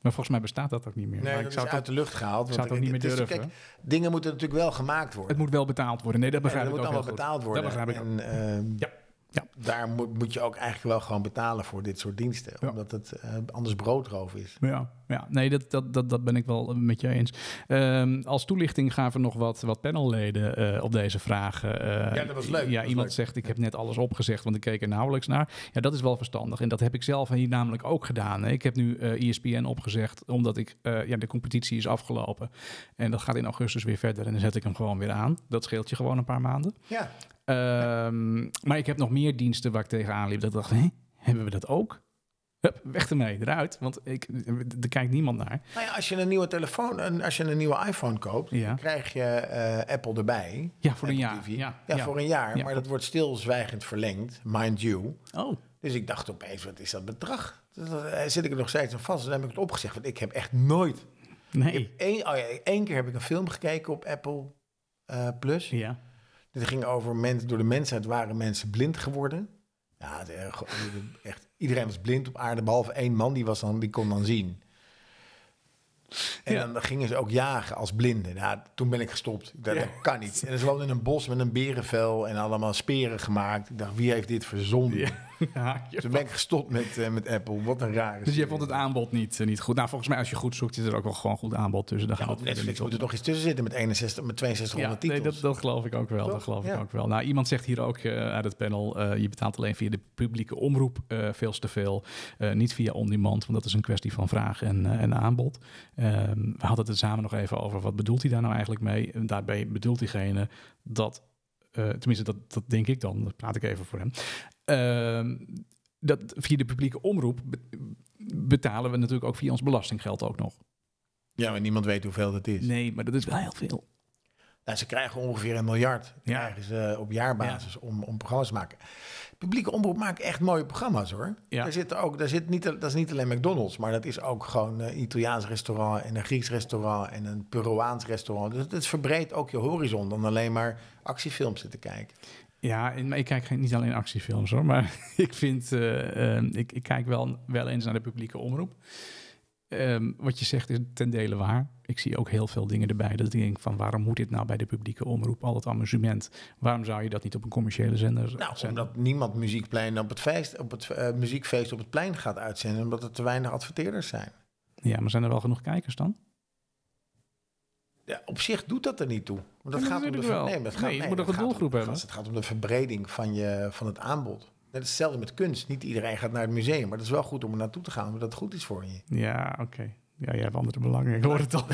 S2: Maar volgens mij bestaat dat ook niet meer.
S1: Nee,
S2: maar
S1: dat is uit de lucht gehaald.
S2: ik zou het ook niet meer
S1: het is- dus-
S2: durven.
S1: kijk, dingen moeten natuurlijk wel gemaakt worden.
S2: het moet wel betaald worden. Nee, dat
S1: Ja,
S2: begrijp
S1: dat
S2: ik
S1: moet
S2: ook
S1: allemaal
S2: heel goed.
S1: betaald worden.
S2: Dat begrijp ik ook.
S1: en, ehm,
S2: Ja. Ja.
S1: Daar moet, moet je ook eigenlijk wel gewoon betalen voor dit soort diensten.
S2: Ja.
S1: Omdat het eh, anders broodroof is.
S2: Ja, ja nee, dat, dat, dat, dat ben ik wel met je eens. Ehm, als toelichting gaven nog wat, wat panelleden eh, op deze vragen. Eh,
S1: Ja, dat was leuk.
S2: Ja,
S1: Dat was
S2: iemand
S1: leuk.
S2: zegt, ik heb net alles opgezegd, want ik keek er nauwelijks naar. Ja, dat is wel verstandig. En dat heb ik zelf hier namelijk ook gedaan. hè. Ik heb nu eh ESPN opgezegd, omdat ik, eh, ja, de competitie is afgelopen. En dat gaat in augustus weer verder en dan zet ik hem gewoon weer aan. Dat scheelt je gewoon een paar maanden.
S1: Ja,
S2: Ehm, Maar ik heb nog meer diensten waar ik tegenaan liep. Dat ik dacht, hé, hebben we dat ook? Hup, weg ermee, eruit. Want ik, er kijkt niemand naar.
S1: Nou ja, als je een nieuwe telefoon, een, als je een nieuwe iPhone koopt,
S2: Ja.
S1: dan krijg je eh, Apple erbij.
S2: Ja, voor een
S1: Apple
S2: jaar.
S1: TV.
S2: Ja,
S1: Ja,
S2: ja.
S1: voor een jaar.
S2: Ja.
S1: Maar dat wordt stilzwijgend verlengd, mind you.
S2: Oh,
S1: Dus ik dacht opeens, wat is dat bedrag? Dat- dat- eh, Zit ik er nog steeds aan vast? Dan heb ik het opgezegd, want ik heb echt nooit...
S2: nee.
S1: Eén oh ja, één keer heb ik een film gekeken op Apple eh, Plus.
S2: Ja. [laughs]
S1: Het ging over mensen, door de mensheid waren mensen blind geworden. Ja, het, eh, go- echt, iedereen was blind op aarde, behalve één man, die, was dan, die kon dan zien. En
S2: Ja.
S1: dan gingen ze ook jagen als blinden. Nou, toen ben ik gestopt. Dat,
S2: Ja.
S1: dat kan niet. En ze woonden in een bos met een berenvel en allemaal speren gemaakt. Ik dacht, wie heeft dit verzonnen?
S2: Haakje.
S1: Toen ben ik gestopt met, eh, met Apple. Wat een rare
S2: Dus je
S1: serie.
S2: vond het aanbod niet, eh, niet goed. Nou, volgens mij als je goed zoekt, zit er ook wel gewoon goed aanbod tussen. Daar
S1: Ja,
S2: gaan
S1: op
S2: we het verder
S1: Netflix
S2: niet op.
S1: moet er toch iets tussen zitten met, 61, met 6200
S2: nee,
S1: titels.
S2: dat, dat geloof ik ook wel. Dat
S1: Toch?
S2: geloof ik
S1: Ja.
S2: ook wel. Nou, iemand zegt hier ook eh, uit het panel: eh, je betaalt alleen via de publieke omroep eh, veel te veel. Eh, niet via on-demand, want dat is een kwestie van vraag en, eh, en aanbod. Ehm, we hadden het er samen nog even over. Wat bedoelt hij daar nou eigenlijk mee? En daarbij bedoelt diegene dat, eh, tenminste, dat, dat denk ik dan, dat praat ik even voor hem. Ehm, dat via de publieke omroep be- betalen we natuurlijk ook via ons belastinggeld ook nog.
S1: Ja, maar niemand weet hoeveel dat is.
S2: Nee, maar dat is wel heel veel.
S1: Nou, ze krijgen ongeveer een miljard
S2: Ja.
S1: krijgen ze op jaarbasis om, om programma's te maken. Publieke omroep maakt echt mooie programma's hoor.
S2: Ja.
S1: Daar zit ook, daar zit niet, dat is niet alleen McDonald's, maar dat is ook gewoon een Italiaans restaurant en een Grieks restaurant en een Peruaans restaurant. Dus het verbreedt ook je horizon dan alleen maar actiefilms zitten kijken.
S2: Ja, en- maar ik kijk geen, niet alleen actiefilms hoor. Maar [laughs] ik vind, eh, eh, ik, ik kijk wel, wel eens naar de publieke omroep. Ehm, wat je zegt is ten dele waar. Ik zie ook heel veel dingen erbij dat ik denk van waarom moet dit nou bij de publieke omroep, al dat amusement. Waarom zou je dat niet op een commerciële zender
S1: Nou,
S2: zenden?
S1: omdat niemand muziekplein op het feest, op het eh, muziekfeest op het plein gaat uitzenden, omdat er te weinig adverteerders zijn.
S2: Ja, maar zijn er wel genoeg kijkers dan?
S1: Ja, op zich doet dat er niet toe. Want dat
S2: Ja,
S1: gaat
S2: dat
S1: om de
S2: weet ik wel.
S1: ver- maar dat
S2: Nee, je moet
S1: dat
S2: ook een
S1: gaat om-
S2: doelgroep hebben.
S1: gast, Het gaat om de verbreding van, je, van het aanbod. Net hetzelfde met kunst. Niet iedereen gaat naar het museum, maar dat is wel goed om er naartoe te gaan, omdat het goed is voor
S2: [laughs]
S1: je.
S2: Ja, oké. Ja, jij hebt andere belangen. Ik hoor het al.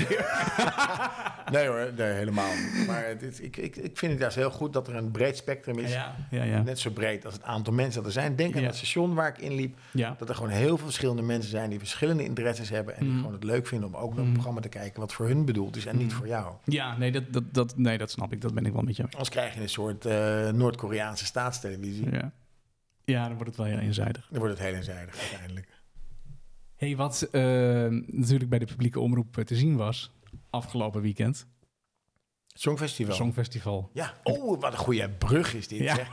S1: Nee hoor, nee, helemaal niet. Maar het is- ik, ik, ik vind het juist heel goed dat er een breed spectrum is.
S2: Ja, ja, ja.
S1: Net zo breed als het aantal mensen dat er zijn. Denk aan
S2: Ja.
S1: het station waar ik inliep.
S2: ja.
S1: Dat er gewoon heel veel verschillende mensen zijn die verschillende interesses hebben. En die
S2: Mm.
S1: gewoon het leuk vinden om ook naar een
S2: Mm.
S1: programma te kijken wat voor hun bedoeld is en niet
S2: Mm.
S1: voor jou.
S2: Ja, nee dat, dat, dat, nee, dat snap ik. Dat ben ik wel met jou.
S1: Anders krijg je een soort eh, Noord-Koreaanse staatstelevisie.
S2: Ja. ja, dan wordt het wel heel eenzijdig.
S1: Dan wordt het heel eenzijdig uiteindelijk.
S2: hey, wat eh, natuurlijk bij de publieke omroep eh, te zien was afgelopen weekend.
S1: Songfestival.
S2: Songfestival.
S1: Ja, oh, wat een goede brug is dit.
S2: Ja.
S1: Zeg.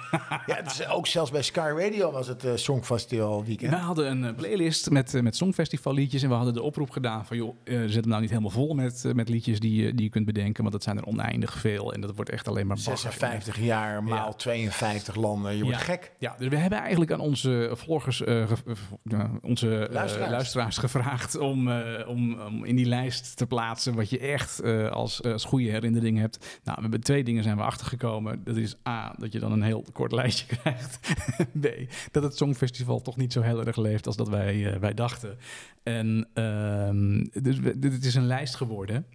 S1: Ja, het is ook zelfs bij Sky Radio was het eh, Songfestival weekend.
S2: We hadden een eh, playlist met, eh, met songfestivalliedjes. En we hadden de oproep gedaan van... joh, eh, zet hem nou niet helemaal vol met, eh, met liedjes die, je- die je kunt bedenken. Want dat zijn er oneindig veel. En dat wordt echt alleen maar... bagger.
S1: 56 jaar maal
S2: Ja.
S1: 52 landen. Je wordt
S2: Ja.
S1: gek.
S2: Ja, dus we hebben eigenlijk aan onze vloggers, eh, ge- eh, onze eh,
S1: Luisteraars.
S2: luisteraars gevraagd om, eh, om, om in die lijst te plaatsen wat je echt eh, als, eh, als goede herinnering hebt. Nou, we hebben twee dingen zijn we achtergekomen. Dat is A, dat je dan een heel kort lijstje [laughs] krijgt. B, dat het Songfestival toch niet zo heel erg leeft als dat wij, eh, wij dachten. En ehm, dus we- dit is een lijst geworden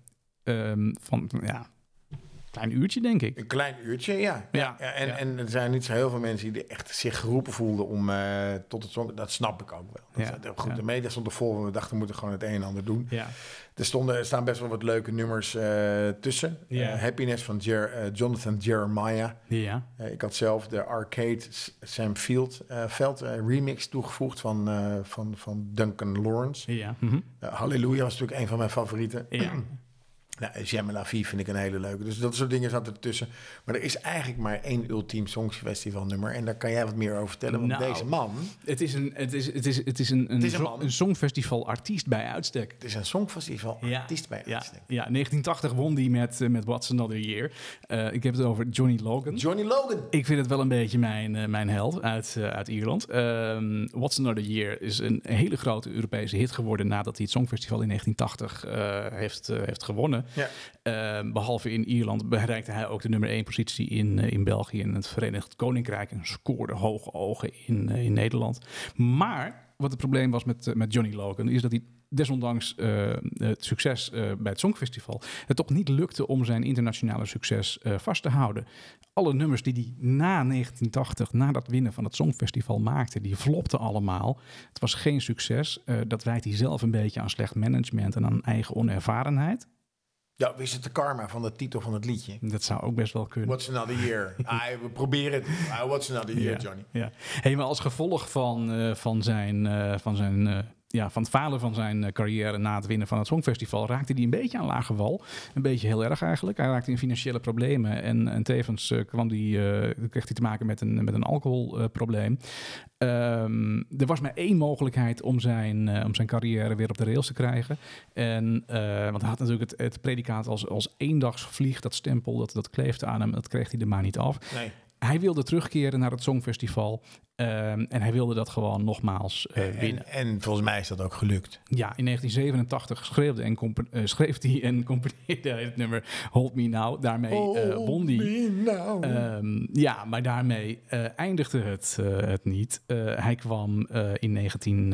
S2: ehm, van, ja, een klein uurtje denk ik.
S1: Een klein uurtje, ja.
S2: Ja,
S1: Ja, en,
S2: ja.
S1: en er zijn niet zo heel veel mensen die echt zich geroepen voelden om eh, tot het song. Dat snap ik ook wel. Dat
S2: Ja.
S1: is- goed,
S2: Ja.
S1: De media stond er vol en we dachten we moeten gewoon het een en ander doen.
S2: Ja.
S1: Er, stonden, er staan best wel wat leuke nummers eh, tussen.
S2: Ja.
S1: Eh, Happiness van Jer- eh, Jonathan Jeremiah.
S2: Ja.
S1: Eh, Ik had zelf de arcade S- Sam Field eh, Veld eh, remix toegevoegd van, eh, van, van Duncan Lawrence.
S2: Ja. Mhm.
S1: Eh, Halleluja was natuurlijk een van mijn favorieten.
S2: Ja.
S1: [clears throat] Nou, Jamila V vind ik een hele leuke. Dus dat soort dingen zaten ertussen. Maar er is eigenlijk maar één ultiem songfestival nummer. En daar kan jij wat meer over vertellen. Want
S2: Nou.
S1: deze man,
S2: Het is een, het is, het is, het is een, een,
S1: is een
S2: zo-
S1: man.
S2: een songfestival artiest bij uitstek.
S1: het is een songfestival
S2: Ja.
S1: artiest bij
S2: Ja,
S1: uitstek.
S2: ja, 1980 won die met, eh, met What's Another Year. Eh, ik heb het over Johnny Logan.
S1: Johnny Logan.
S2: Ik vind het wel een beetje mijn, eh, mijn held uit, eh, uit Ierland. Ehm, What's Another Year is een hele grote Europese hit geworden nadat hij het Songfestival in 1980 eh, heeft, eh, heeft gewonnen.
S1: Ja.
S2: Ehm, behalve in Ierland bereikte hij ook de nummer 1 positie in, eh, in België en het Verenigd Koninkrijk. En scoorde hoge ogen in, eh, in Nederland. Maar wat het probleem was met, eh, met Johnny Logan, is dat hij desondanks eh, het succes eh, bij het Songfestival, het toch niet lukte om zijn internationale succes eh, vast te houden. Alle nummers die hij na 1980, na dat winnen van het Songfestival maakte, die flopten allemaal. Het was geen succes. Eh, dat wijt hij zelf een beetje aan slecht management en aan eigen onervarenheid.
S1: Ja, is het de karma van de titel van het liedje?
S2: Dat zou ook best wel kunnen.
S1: What's another
S2: [laughs]
S1: year? Ah, we proberen het. Ah, what's another year,
S2: Ja,
S1: Johnny?
S2: Ja. Hey, maar als gevolg van, eh, van zijn, eh, van zijn eh, ja, van het falen van zijn eh, carrière na het winnen van het Songfestival raakte hij een beetje aan lage wal. Een beetje heel erg eigenlijk. Hij raakte in financiële problemen en, en tevens eh, kwam die, eh, kreeg hij te maken met een, met een alcoholprobleem. Ehm, er was maar één mogelijkheid om zijn, eh, om zijn carrière weer op de rails te krijgen. En, eh, want hij had natuurlijk het, het predicaat als, als eendagsvlieg, dat stempel, dat, dat kleefde aan hem. Dat kreeg hij er maar niet af
S1: Nee.
S2: hij wilde terugkeren naar het Songfestival. ehm, en hij wilde dat gewoon nogmaals eh, winnen.
S1: En, en volgens mij is dat ook gelukt.
S2: Ja, in 1987 schreefde en compo- eh, schreef hij en [laughs] componeerde hij het nummer Hold Me Now. Daarmee
S1: Oh,
S2: eh, won hij.
S1: nou.
S2: Ehm, ja, maar daarmee eh, eindigde het, eh, het niet. Eh, hij kwam eh, in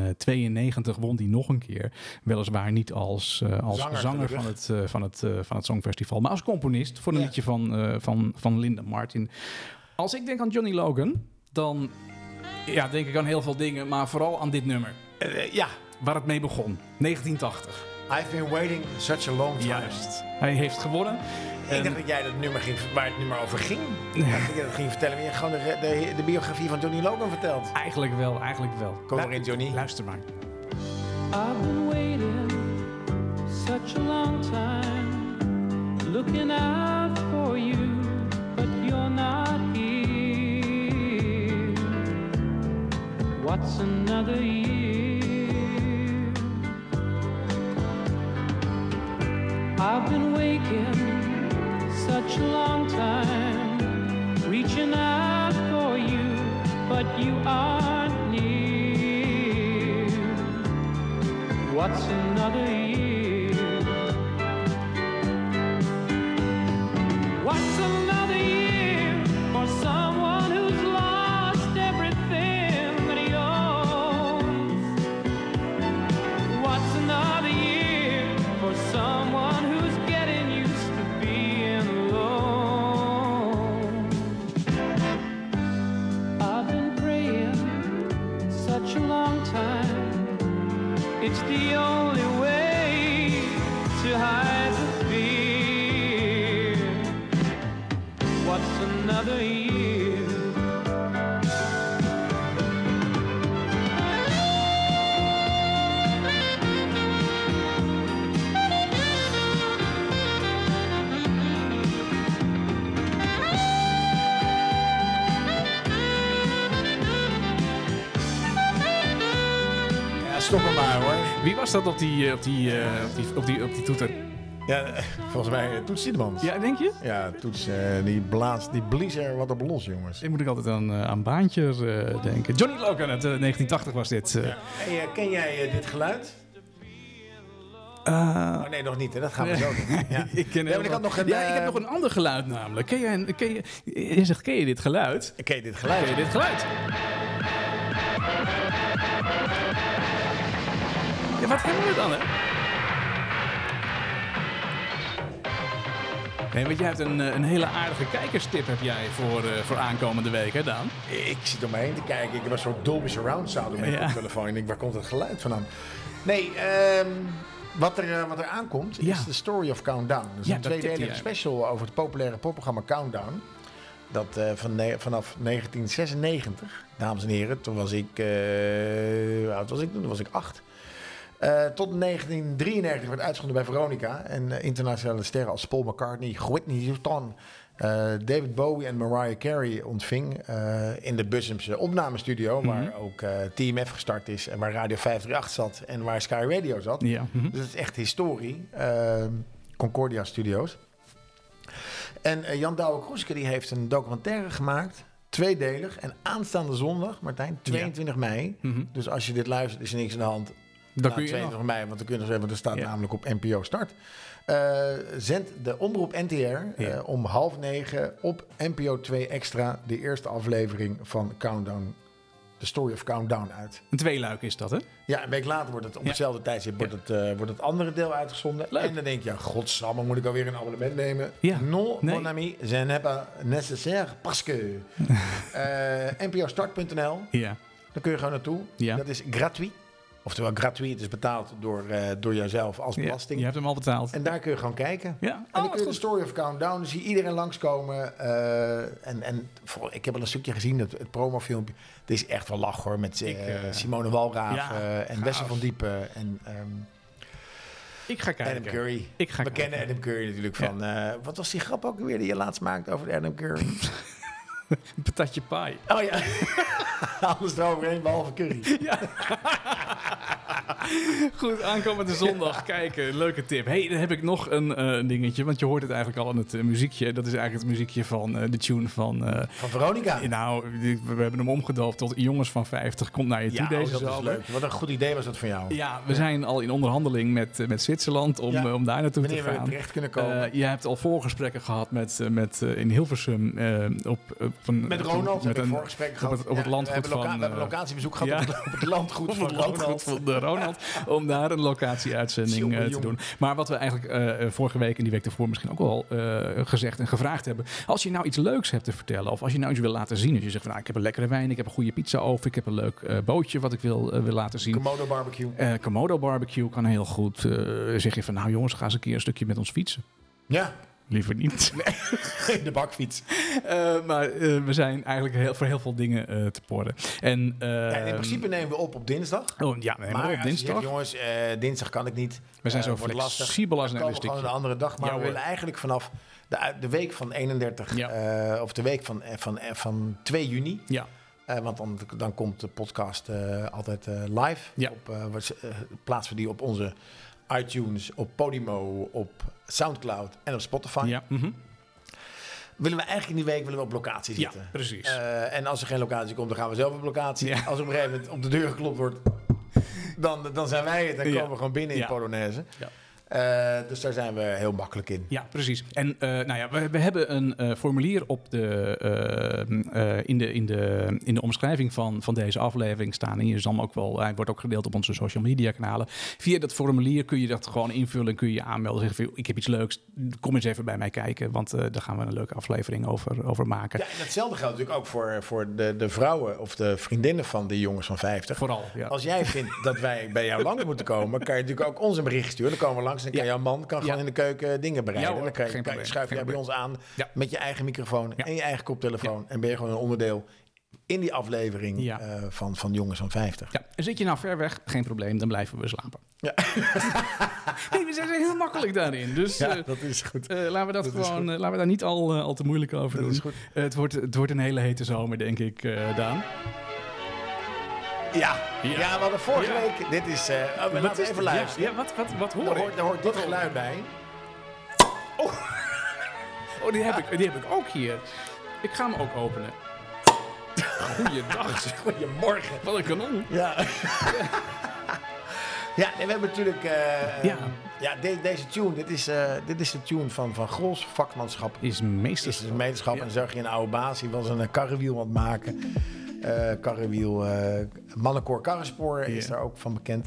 S2: 1992, won hij nog een keer. Weliswaar niet als, eh, als
S1: Zanger,
S2: zanger,
S1: gelukkig.
S2: van, het, eh, van, het, eh, van het Songfestival, maar als componist voor een
S1: Ja.
S2: liedje van, eh, van, van Linda Martin. Als ik denk aan Johnny Logan, dan ja, denk ik aan heel veel dingen, maar vooral aan dit nummer.
S1: Eh, ja,
S2: Waar het mee begon, 1980.
S1: I've been waiting such a long time.
S2: Hij heeft gewonnen.
S1: Ik
S2: En-
S1: dacht dat jij dat nummer ging, waar het nummer over ging.
S2: Ja.
S1: Ik dacht dat je dat ging vertellen, maar je hebt gewoon de, de, de biografie van Johnny Logan verteld.
S2: Eigenlijk wel, eigenlijk wel.
S1: Kom maar in, Johnny.
S2: Luister maar.
S3: I've been waiting such a long time, looking out for you, but you're not here. What's another year? I've been waking such a long time, reaching out for you, but you aren't near. What's another year? What's another year for someone who's lost everything that he owns? What's another year for someone who's getting used to being alone? I've been praying such a long time. It's the only way to hide the fear. What's another year?
S1: Ja, stop er maar hoor.
S2: Wie was dat op die, eh, op die, eh, op die, op die, op die toeter?
S1: Ja, eh, volgens mij eh, Toets Tiedemans.
S2: Ja, denk je?
S1: Ja, Toets, eh, die blaast, die blies er wat op los, jongens.
S2: Ik moet ik altijd aan, eh, aan Baantje eh, denken. Johnny Logan uit eh, 1980 was dit. eh.
S1: Hey, eh, ken jij eh, dit geluid?
S2: Eh,
S1: Oh nee, nog niet. Hè? Dat gaan we zo doen. Ja.
S2: [laughs] ik, ken
S1: Ja, maar ik
S2: heel
S1: had
S2: wat-
S1: nog een,
S2: ja,
S1: eh,
S2: ik heb nog een ander geluid namelijk. Ken jij, een- ken je, je zegt, ken je dit geluid?
S1: Ken je dit
S2: Ken je
S1: geluid?
S2: dit geluid? Ja, wat hebben we dan, hè? Nee, want jij hebt een, eh, een hele aardige kijkerstip heb jij voor, eh, voor aankomende week, hè Daan?
S1: Ik zit om me heen te kijken. Ik heb een soort Dolby Surround sound op mijn
S2: Ja.
S1: telefoon. Ik denk, waar komt dat geluid vandaan? Nee, ehm, wat, er, eh, wat er aankomt
S2: Ja.
S1: is The Story of Countdown. Dat is
S2: Ja,
S1: een
S2: dat tipte
S1: tweedelige
S2: jij.
S1: special over het populaire popprogramma Countdown. Dat eh, van ne- vanaf 1996, dames en heren, toen was ik, eh, hoe oud was ik toen? Toen was ik acht. Eh, tot 1993 werd uitgezonden bij Veronica. En eh, internationale sterren als Paul McCartney, Whitney Houston, eh, David Bowie en Mariah Carey ontving. eh, in de Bussumse opnamestudio, waar ook eh, TMF gestart is. En waar Radio 538 zat en waar Sky Radio zat.
S2: Ja.
S1: Dus dat is echt historie. eh, Concordia Studios. En eh, Jan Douwe Kroeske die heeft een documentaire gemaakt. Tweedelig. En aanstaande zondag, Martijn, 22 mei. Dus als je dit luistert, is er niks aan de hand.
S2: Dan
S1: Na
S2: kun je nog.
S1: 22 mei, want dan kunnen ze even, want er staat
S2: Ja.
S1: namelijk op NPO Start. Eh zendt de omroep NTR eh,
S2: Ja.
S1: om half negen op NPO 2 Extra de eerste aflevering van Countdown The Story of Countdown uit.
S2: Een tweeluik is dat, hè?
S1: Ja, een week later wordt het op
S2: Ja.
S1: hetzelfde tijdstip wordt, het, eh, wordt het andere deel uitgezonden.
S2: Leuk.
S1: En dan denk je, ja, godsamme, moet ik alweer een abonnement nemen?
S2: Ja.
S1: Non,
S2: Nee.
S1: mon ami, ze hebben nécessaire parce que.
S2: [laughs]
S1: Eh, NPOstart.nl,
S2: Ja.
S1: daar kun je gewoon naartoe.
S2: Ja.
S1: Dat is gratuit. Oftewel, gratuit, het is betaald door, eh, door jouzelf als belasting.
S2: Je hebt hem al betaald.
S1: En daar kun je gewoon kijken.
S2: ja.
S1: En
S2: Oh,
S1: dan kun
S2: wat
S1: je de
S2: goed.
S1: Story of Countdown, dan zie je iedereen langskomen. eh en en voor, ik heb al een stukje gezien, het, het promofilmpje. Het is echt wel lach hoor, met eh,
S2: Ik, eh,
S1: Simone Walraaf
S2: ja,
S1: eh, en
S2: gaaf.
S1: Wessel van Diepen en ehm,
S2: Ik ga kijken.
S1: Adam Curry.
S2: Ik ga
S1: We
S2: kijken.
S1: kennen Adam Curry natuurlijk van... eh, wat was die grap ook weer die je laatst maakte over Adam
S2: [laughs]
S1: Curry?
S2: Een patatje
S1: [laughs]
S2: paai.
S1: oh ja, alles eroverheen behalve Curry.
S2: Goed, aankomende zondag kijken. Leuke tip. hey, dan heb ik nog een eh, dingetje. Want je hoort het eigenlijk al in het eh, muziekje. Dat is eigenlijk het muziekje van eh, de tune van... eh,
S1: Van Veronica.
S2: nou, die- we hebben hem omgedoofd tot Jongens van 50. Komt naar je toe
S1: oh,
S2: deze
S1: dat is
S2: zomer.
S1: leuk. Wat een goed idee was dat van jou.
S2: Ja, we zijn al in onderhandeling met, eh, met Zwitserland om,
S1: Ja.
S2: eh, om daar naartoe
S1: Wanneer
S2: te
S1: we
S2: gaan.
S1: terecht kunnen komen.
S2: Eh, je hebt al voorgesprekken gehad met, eh, met, eh, in Hilversum eh, op, op een,
S1: Met Ronald
S2: met
S1: heb ik
S2: een,
S1: voorgesprek gehad.
S2: het- op het
S1: Ja,
S2: landgoed
S1: we hebben loka-
S2: van,
S1: We hebben
S2: eh,
S1: een locatiebezoek gehad
S2: ja.
S1: op, het, [laughs] op het landgoed
S2: op
S1: van
S2: het landgoed
S1: Ronald.
S2: van de Ronald. om daar een locatieuitzending
S1: Jongen,
S2: eh, te
S1: jongen.
S2: doen. Maar wat we eigenlijk eh, eh, vorige week en die week ervoor misschien ook wel eh, gezegd en gevraagd hebben. Als je nou iets leuks hebt te vertellen of als je nou iets wil laten zien. Als je zegt van nou, ik heb een lekkere wijn, ik heb een goede pizza over, ik heb een leuk eh, bootje wat ik wil, eh, wil laten zien.
S1: Komodo barbecue.
S2: Eh, Komodo barbecue kan heel goed. eh, zeg je van nou jongens, ga eens een keer een stukje met ons fietsen.
S1: Ja, [laughs]
S2: Liever niet.
S1: de bakfiets.
S2: [laughs] Eh, maar eh, we zijn eigenlijk heel, voor heel veel dingen eh, te porren. En, eh,
S1: Ja, in principe Ehm, nemen we op op dinsdag.
S2: Oh, ja, nee, maar,
S1: maar
S2: op
S1: als je zegt,
S2: dinsdag.
S1: jongens, eh, dinsdag kan ik niet.
S2: we zijn
S1: eh,
S2: zo
S1: wordt lastig.
S2: flexibel als een
S1: Dan komen we gewoon
S2: elastiekje.
S1: een andere dag. Maar
S2: Ja,
S1: we
S2: hoor.
S1: willen eigenlijk vanaf de, uit- de week van 31,
S2: Ja.
S1: eh, of de week van, eh, van, eh, van 2 juni.
S2: Ja,
S1: eh, want dan, dan komt de podcast eh, altijd eh, live.
S2: Ja.
S1: Op, eh, wat- eh, plaatsen we die op onze iTunes, op Podimo, op Soundcloud en op Spotify.
S2: ja, mhm.
S1: Willen we eigenlijk in die week willen we op locatie
S2: ja
S1: zitten.
S2: precies.
S1: Eh, en als er geen locatie komt, dan gaan we zelf op locatie.
S2: Ja.
S1: Als op een gegeven moment op de deur geklopt wordt, dan, dan zijn wij het. Dan
S2: Ja.
S1: komen we gewoon binnen
S2: Ja.
S1: in Polonaise.
S2: Ja.
S1: Eh, dus daar zijn we heel makkelijk in.
S2: ja, precies. En eh, nou ja, we, we hebben een eh, formulier op de, eh, eh, in, de, in, de, in de omschrijving van, van deze aflevering staan. En je zal hem ook wel, hij wordt ook gedeeld op onze social media kanalen. Via dat formulier kun je dat gewoon invullen en kun je je aanmelden. Zeggen van, ik heb iets leuks, kom eens even bij mij kijken. Want eh, daar gaan we een leuke aflevering over, over maken.
S1: Ja, en datzelfde geldt natuurlijk ook voor, voor de, de vrouwen of de vriendinnen van de jongens van 50.
S2: Vooral, ja.
S1: Als jij vindt dat wij bij jou langs moeten komen, kan je natuurlijk ook ons een bericht sturen. Dan komen we langs en kan
S2: Ja.
S1: jouw man kan gewoon
S2: Ja.
S1: in de keuken dingen bereiden.
S2: Ja hoor,
S1: dan kan je,
S2: geen
S1: kan je-
S2: probleem,
S1: schuif
S2: geen
S1: jij bij ons aan
S2: Ja.
S1: met je eigen microfoon
S2: Ja.
S1: en je eigen koptelefoon. En ben je gewoon een onderdeel in die aflevering
S2: Ja.
S1: eh, van, van jongens van 50.
S2: Ja, en zit je nou ver weg, geen probleem, dan blijven we slapen.
S1: Ja.
S2: [laughs] nee, we zijn heel makkelijk daarin. Dus
S1: Ja,
S2: eh,
S1: dat is goed.
S2: eh, laten we dat,
S1: dat is
S2: gewoon, eh, laten we daar niet al, eh, al te moeilijk over
S1: Dat
S2: doen.
S1: is goed.
S2: Eh, het, wordt, het wordt een hele hete zomer, denk ik, eh, Daan.
S1: Ja,
S2: Ja.
S1: ja. we hadden vorige
S2: Ja.
S1: week. Dit is. eh oh, maar laten we even luisteren. Nou,
S2: Ja, ja, wat, wat, wat hoor
S1: Daar,
S2: ik?
S1: hoort, daar hoort dit geluid bij.
S2: Oh, die heb, ik, die heb ik ook hier. Ik ga hem ook
S1: [laughs]
S2: openen. Goeiedag.
S1: Goedemorgen.
S2: [laughs] Wat een kanon.
S1: Ja. [laughs] ja, en we hebben natuurlijk. eh,
S2: Ja.
S1: ja de- deze tune. Dit is, eh, dit is de tune van, van Grols vakmanschap.
S2: Is
S1: Dit is
S2: meesters.
S1: een gemeenschap.
S2: Ja.
S1: En zag je een oude baas. Die was een eh, karrewiel aan het maken. Eh karrewiel. eh, mannenkoor Karrespoor is
S2: Ja.
S1: daar ook van bekend.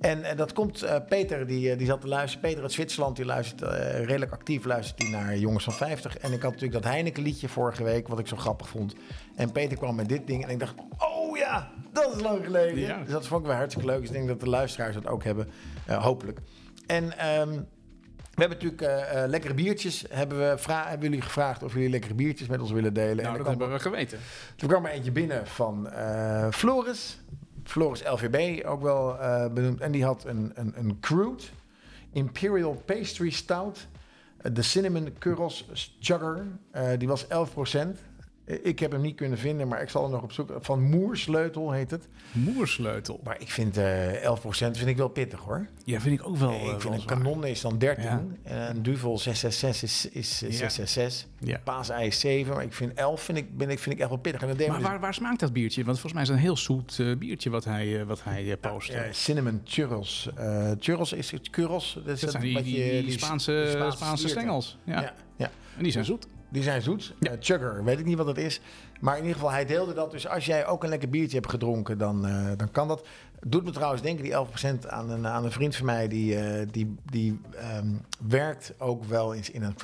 S1: En eh, dat komt. eh, Peter, die, eh, die zat te luisteren. Peter uit Zwitserland. Die luistert eh, redelijk actief. Luistert die naar Jongens van 50. En ik had natuurlijk dat Heineken liedje vorige week. Wat ik zo grappig vond. En Peter kwam met dit ding. En ik dacht. Oh ja, dat is lang geleden.
S2: Ja.
S1: Dus dat vond ik wel hartstikke leuk. Dus ik denk dat de luisteraars dat ook hebben. eh, hopelijk. En. ehm, we hebben natuurlijk eh, eh, lekkere biertjes. Hebben, we vra- hebben jullie gevraagd of jullie lekkere biertjes met ons willen delen?
S2: Nou,
S1: en er
S2: dat
S1: kwam,
S2: hebben we geweten.
S1: er kwam er eentje binnen van eh, Floris. Floris LVB, ook wel eh, benoemd. En die had een, een, een crude Imperial Pastry Stout. eh, De Cinnamon Curls Chugger. Eh, die was 11%. Eh, Ik heb hem niet kunnen vinden, maar ik zal hem nog op zoek. Van Moersleutel heet het.
S2: Moersleutel.
S1: Maar ik vind eh 11% vind ik wel pittig hoor.
S2: Ja, vind ik ook wel.
S1: Nee,
S2: eh,
S1: ik vind
S2: wel
S1: een
S2: zwaar.
S1: kanon is dan 13.
S2: Ja.
S1: En een duvel 666 is, is eh,
S2: Ja.
S1: 666.
S2: Ja.
S1: Paasei is 7. Maar ik vind 11 vind ik, ben ik, vind ik echt wel pittig. En dat deed
S2: Maar
S1: me dus-
S2: waar, waar smaakt dat biertje? Want volgens mij is het een heel zoet eh, biertje wat hij, eh, wat hij eh, postte.
S1: eh, cinnamon churros. Eh, churros is het churros. Dat is
S2: dat
S1: dat
S2: zijn die,
S1: wat je-
S2: die, die
S1: die s-
S2: Spaanse,
S1: die
S2: Spaanse,
S1: slierten.
S2: stengels. Ja.
S1: Ja. ja.
S2: En die zijn zoet.
S1: Die zijn zoet. Eh, chugger, weet ik niet wat dat is. Maar in ieder geval, hij deelde dat. Dus als jij ook een lekker biertje hebt gedronken, dan, eh, dan kan dat. Doet me trouwens denken, die 11% aan een, aan een vriend van mij... die, eh, die, die ehm, werkt ook wel eens in een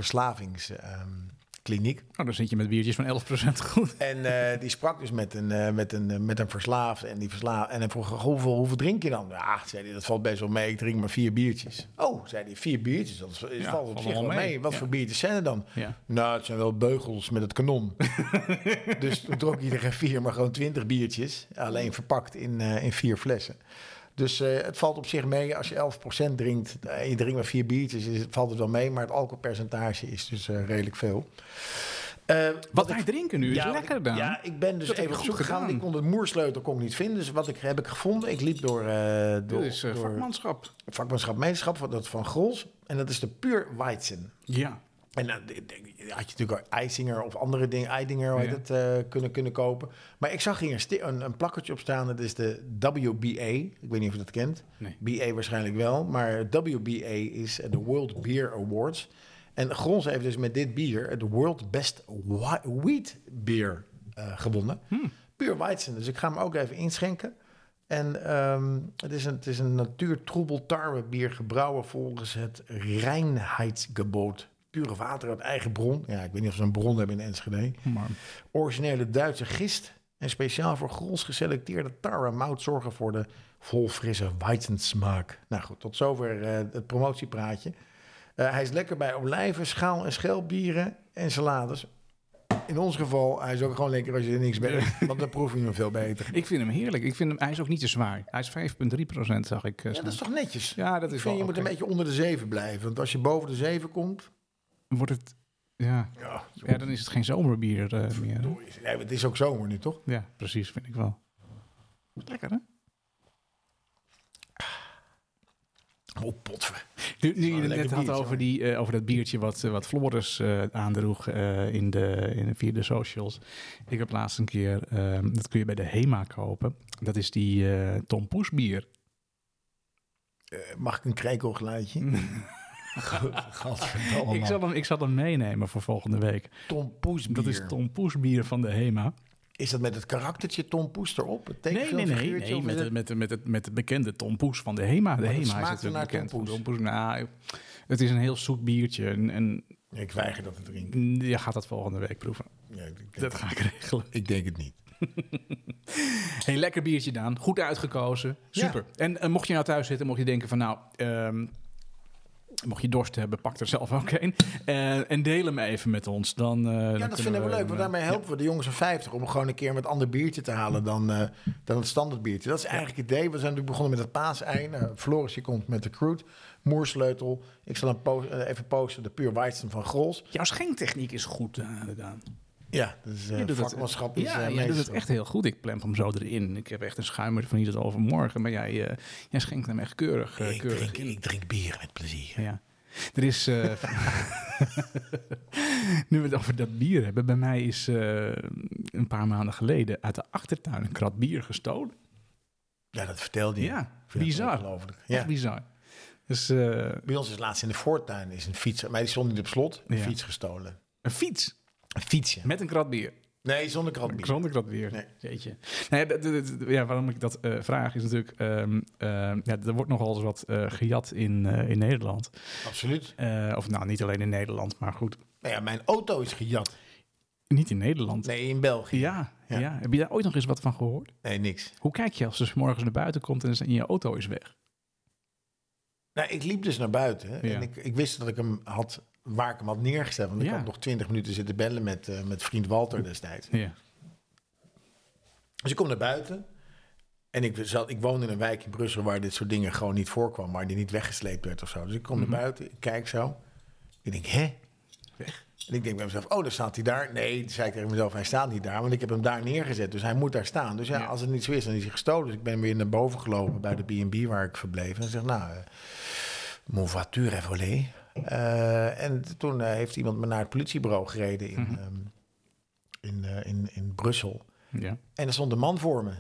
S1: ehm, verslavingskliniek.
S2: Nou, dan zit je met biertjes van 11% goed.
S1: En eh, die sprak dus met een, eh, met een, eh, met een verslaafd. En, die verslaafd, en hij vroeg, "Goh, hoeveel, hoeveel drink je dan? Ja, zei hij, dat valt best wel mee. Ik drink maar vier biertjes. Oh, zei hij, vier biertjes? Dat is, is-
S2: Ja,
S1: valt op
S2: valt
S1: zich wel
S2: wel
S1: mee.
S2: mee.
S1: Wat
S2: Ja.
S1: voor biertjes zijn er dan?
S2: Ja.
S1: Nou, het zijn wel beugels met het kanon.
S2: [laughs]
S1: dus toen dronk iedereen vier, maar gewoon twintig biertjes. Alleen verpakt in, eh, in vier flessen. Dus eh, het valt op zich mee als je 11% drinkt. eh, en je drinkt maar vier biertjes, is, het- valt het wel mee. Maar het alcoholpercentage is dus eh, redelijk veel. Eh,
S2: Wat
S1: ik-
S2: wij drinken nu is
S1: wat
S2: lekker
S1: ik-
S2: dan.
S1: Ja, ik ben dus
S2: Dat heb
S1: even
S2: je
S1: op
S2: goed
S1: zoek gegaan. want
S2: gedaan.
S1: Ik kon de moersleutel kon ik niet vinden. Dus wat ik, heb ik gevonden? Ik liep door, eh, door,
S2: Dit is eh,
S1: door
S2: vakmanschap.
S1: vakmanschap meeschap van, dat van Grols. En dat is de Puur Weizen.
S2: Ja.
S1: En dan d- d- had je natuurlijk ook IJsinger of andere dingen, Eidinger, hoe heet
S2: Ja.
S1: het, eh, kunnen, kunnen kopen. Maar ik zag hier een, sti- een, een plakkertje op staan. Dat is de WBA. Ik weet niet of je dat kent.
S2: Nee.
S1: BA waarschijnlijk wel. Maar WBA is eh, de World Beer Awards. En Grons heeft dus met dit bier de World Best Wi- Wheat Beer eh, gewonnen. Puur Weizen. Dus ik ga hem ook even inschenken. En ehm, het, is een, het is een natuurtroebel tarwebier gebrouwen volgens het reinheidsgebod. Pure water uit eigen bron. Ja, ik weet niet of ze een bron hebben in Enschede.
S2: Maar
S1: Originele Duitse gist en speciaal voor grols geselecteerde tarwe mout zorgen voor de volfrisse weizensmaak. Nou goed, tot zover eh, het promotiepraatje. Eh, hij is lekker bij olijven, schaal- en schelpbieren en salades. In ons geval, hij is ook gewoon lekker als je er niks bij eet, want dan proef je hem veel beter.
S2: ik vind hem heerlijk. Ik vind hem, hij is ook niet te zwaar. Hij is 5,3% zag ik. eh,
S1: Ja, dat
S2: staan.
S1: is toch netjes?
S2: ja, dat
S1: Ik vind,
S2: is wel
S1: je moet
S2: oké.
S1: een beetje onder de zeven blijven. Want als je boven de zeven komt...
S2: Wordt het... Ja.
S1: Ja,
S2: ja, dan is het geen zomerbier eh, meer. hè?
S1: doei. Nee, maar het is ook zomer nu, toch?
S2: Ja, precies, vind ik wel. Lekker, hè?
S1: Oh, potver.
S2: Nu, nu je
S1: een
S2: het net
S1: lekker
S2: had
S1: biertje, hoor.
S2: over, die, eh, over dat biertje wat, eh, wat Floris eh, aandroeg eh, in de, in, via de socials. Ik heb laatst een keer, eh, dat kun je bij de HEMA kopen. Dat is die eh Tom Poes bier.
S1: Eh, mag ik een [laughs] krekelgeluidje? Godverdomme,
S2: ik, zal hem, ik zal hem meenemen voor volgende week.
S1: Tom Poes
S2: Dat is Tom Poes bier van de HEMA.
S1: Is dat met het karaktertje Tom Poes erop? Het
S2: Nee, nee, nee.
S1: tekenfilmfiguurtje,
S2: nee
S1: of is
S2: met,
S1: het-
S2: het, met, het- met, het, met het bekende Tom Poes van de HEMA. De
S1: Oh, dat
S2: HEMA is
S1: smaakt
S2: natuurlijk
S1: ernaar Tom
S2: bekend.
S1: Poes.
S2: van Nou, het is een heel zoet biertje. En, en
S1: Ik weiger dat te drinken.
S2: je gaat dat volgende week proeven.
S1: Ja, ik, denk,
S2: Dat ga ik regelen.
S1: ik denk het niet.
S2: Hey, lekker biertje, Daan. Goed uitgekozen. Super. En eh, mocht je nou thuis zitten, mocht je denken van nou... ehm, mocht je dorst hebben, pak er zelf ook een. Eh, en deel hem even met ons. Dan,
S1: Ja,
S2: eh, dan
S1: dat
S2: kunnen
S1: vinden we leuk,
S2: hem,
S1: want
S2: eh,
S1: daarmee helpen we de jongens van 50 om gewoon een keer met ander biertje te halen dan, eh, dan het standaard biertje. Dat is eigenlijk het idee. We zijn natuurlijk begonnen met het paasei. Nou, Floris, je komt met de crude. Moersleutel. Ik zal een po- eh, even posten de Pure Weizen van Grols.
S2: Jouw schenktechniek is goed, eh, Daan.
S1: Ja, dat is eh,
S2: Je doet het-
S1: vakmanschap. is,
S2: Ja,
S1: eh,
S2: jij doet het
S1: meester.
S2: echt heel goed. Ik plemp hem zo erin. Ik heb echt een schuimer van hier tot overmorgen. Maar jij, eh, jij schenkt hem echt keurig. eh,
S1: Ik
S2: keurig
S1: drink, ik drink bier met plezier.
S2: Ja. Er is. eh, [laughs] nu we het over dat bier hebben. Bij mij is eh, een paar maanden geleden uit de achtertuin een krat bier gestolen.
S1: Ja, dat vertelde je.
S2: Ja,
S1: Ik vind het
S2: bizar.
S1: ongelooflijk.
S2: Ja.
S1: Ja.
S2: Echt bizar. Dus eh,
S1: Bij ons is laatst in de voortuin is een fiets, maar die stond niet op slot, een
S2: Ja.
S1: fiets gestolen.
S2: een fiets
S1: Een fietsje?
S2: met een krat bier.
S1: Nee, zonder kratbier.
S2: Zonder krat bier.
S1: Nee.
S2: Jeetje. Nou ja, dat- dat- dat- ja, waarom ik dat eh, vraag is natuurlijk. ehm, ehm, ja, er wordt nogal eens wat eh, gejat in, eh, in Nederland.
S1: Absoluut.
S2: Eh, of nou, niet alleen in Nederland, maar goed.
S1: Nou ja, mijn auto is gejat.
S2: Niet in Nederland.
S1: Nee, in België.
S2: Ja,
S1: Ja.
S2: ja. Heb je daar ooit nog eens wat van gehoord?
S1: Nee, niks.
S2: Hoe kijk je als ze 's morgens naar buiten komt en ze- en je auto is weg?
S1: Nou, ik liep dus naar buiten hè,
S2: Ja.
S1: en ik, ik wist dat ik hem had, waar ik hem had neergezet. Want ik
S2: Ja.
S1: had nog twintig minuten zitten bellen met, eh, met vriend Walter destijds.
S2: Ja.
S1: Dus ik kom naar buiten en ik, zat, ik woonde in een wijk in Brussel waar dit soort dingen gewoon niet voorkwam, waar die niet weggesleept werd of zo. Dus ik kom
S2: Mhm.
S1: naar buiten, ik kijk zo. Ik denk, hè? En ik denk bij mezelf, oh, dan staat hij daar. Nee, toen zei ik tegen mezelf, hij staat niet daar, want ik heb hem daar neergezet. Dus hij moet daar staan. Dus ja,
S2: Ja.
S1: als het niet zo is, dan is hij gestolen. Dus ik ben weer naar boven gelopen bij de B&B waar ik verbleef. En ik zeg, nou, eh, mon voiture est volée. Eh, en toen eh, heeft iemand me naar het politiebureau gereden in,
S2: Mhm.
S1: ehm, in, eh, in, in Brussel.
S2: ja.
S1: En er stond een man voor me.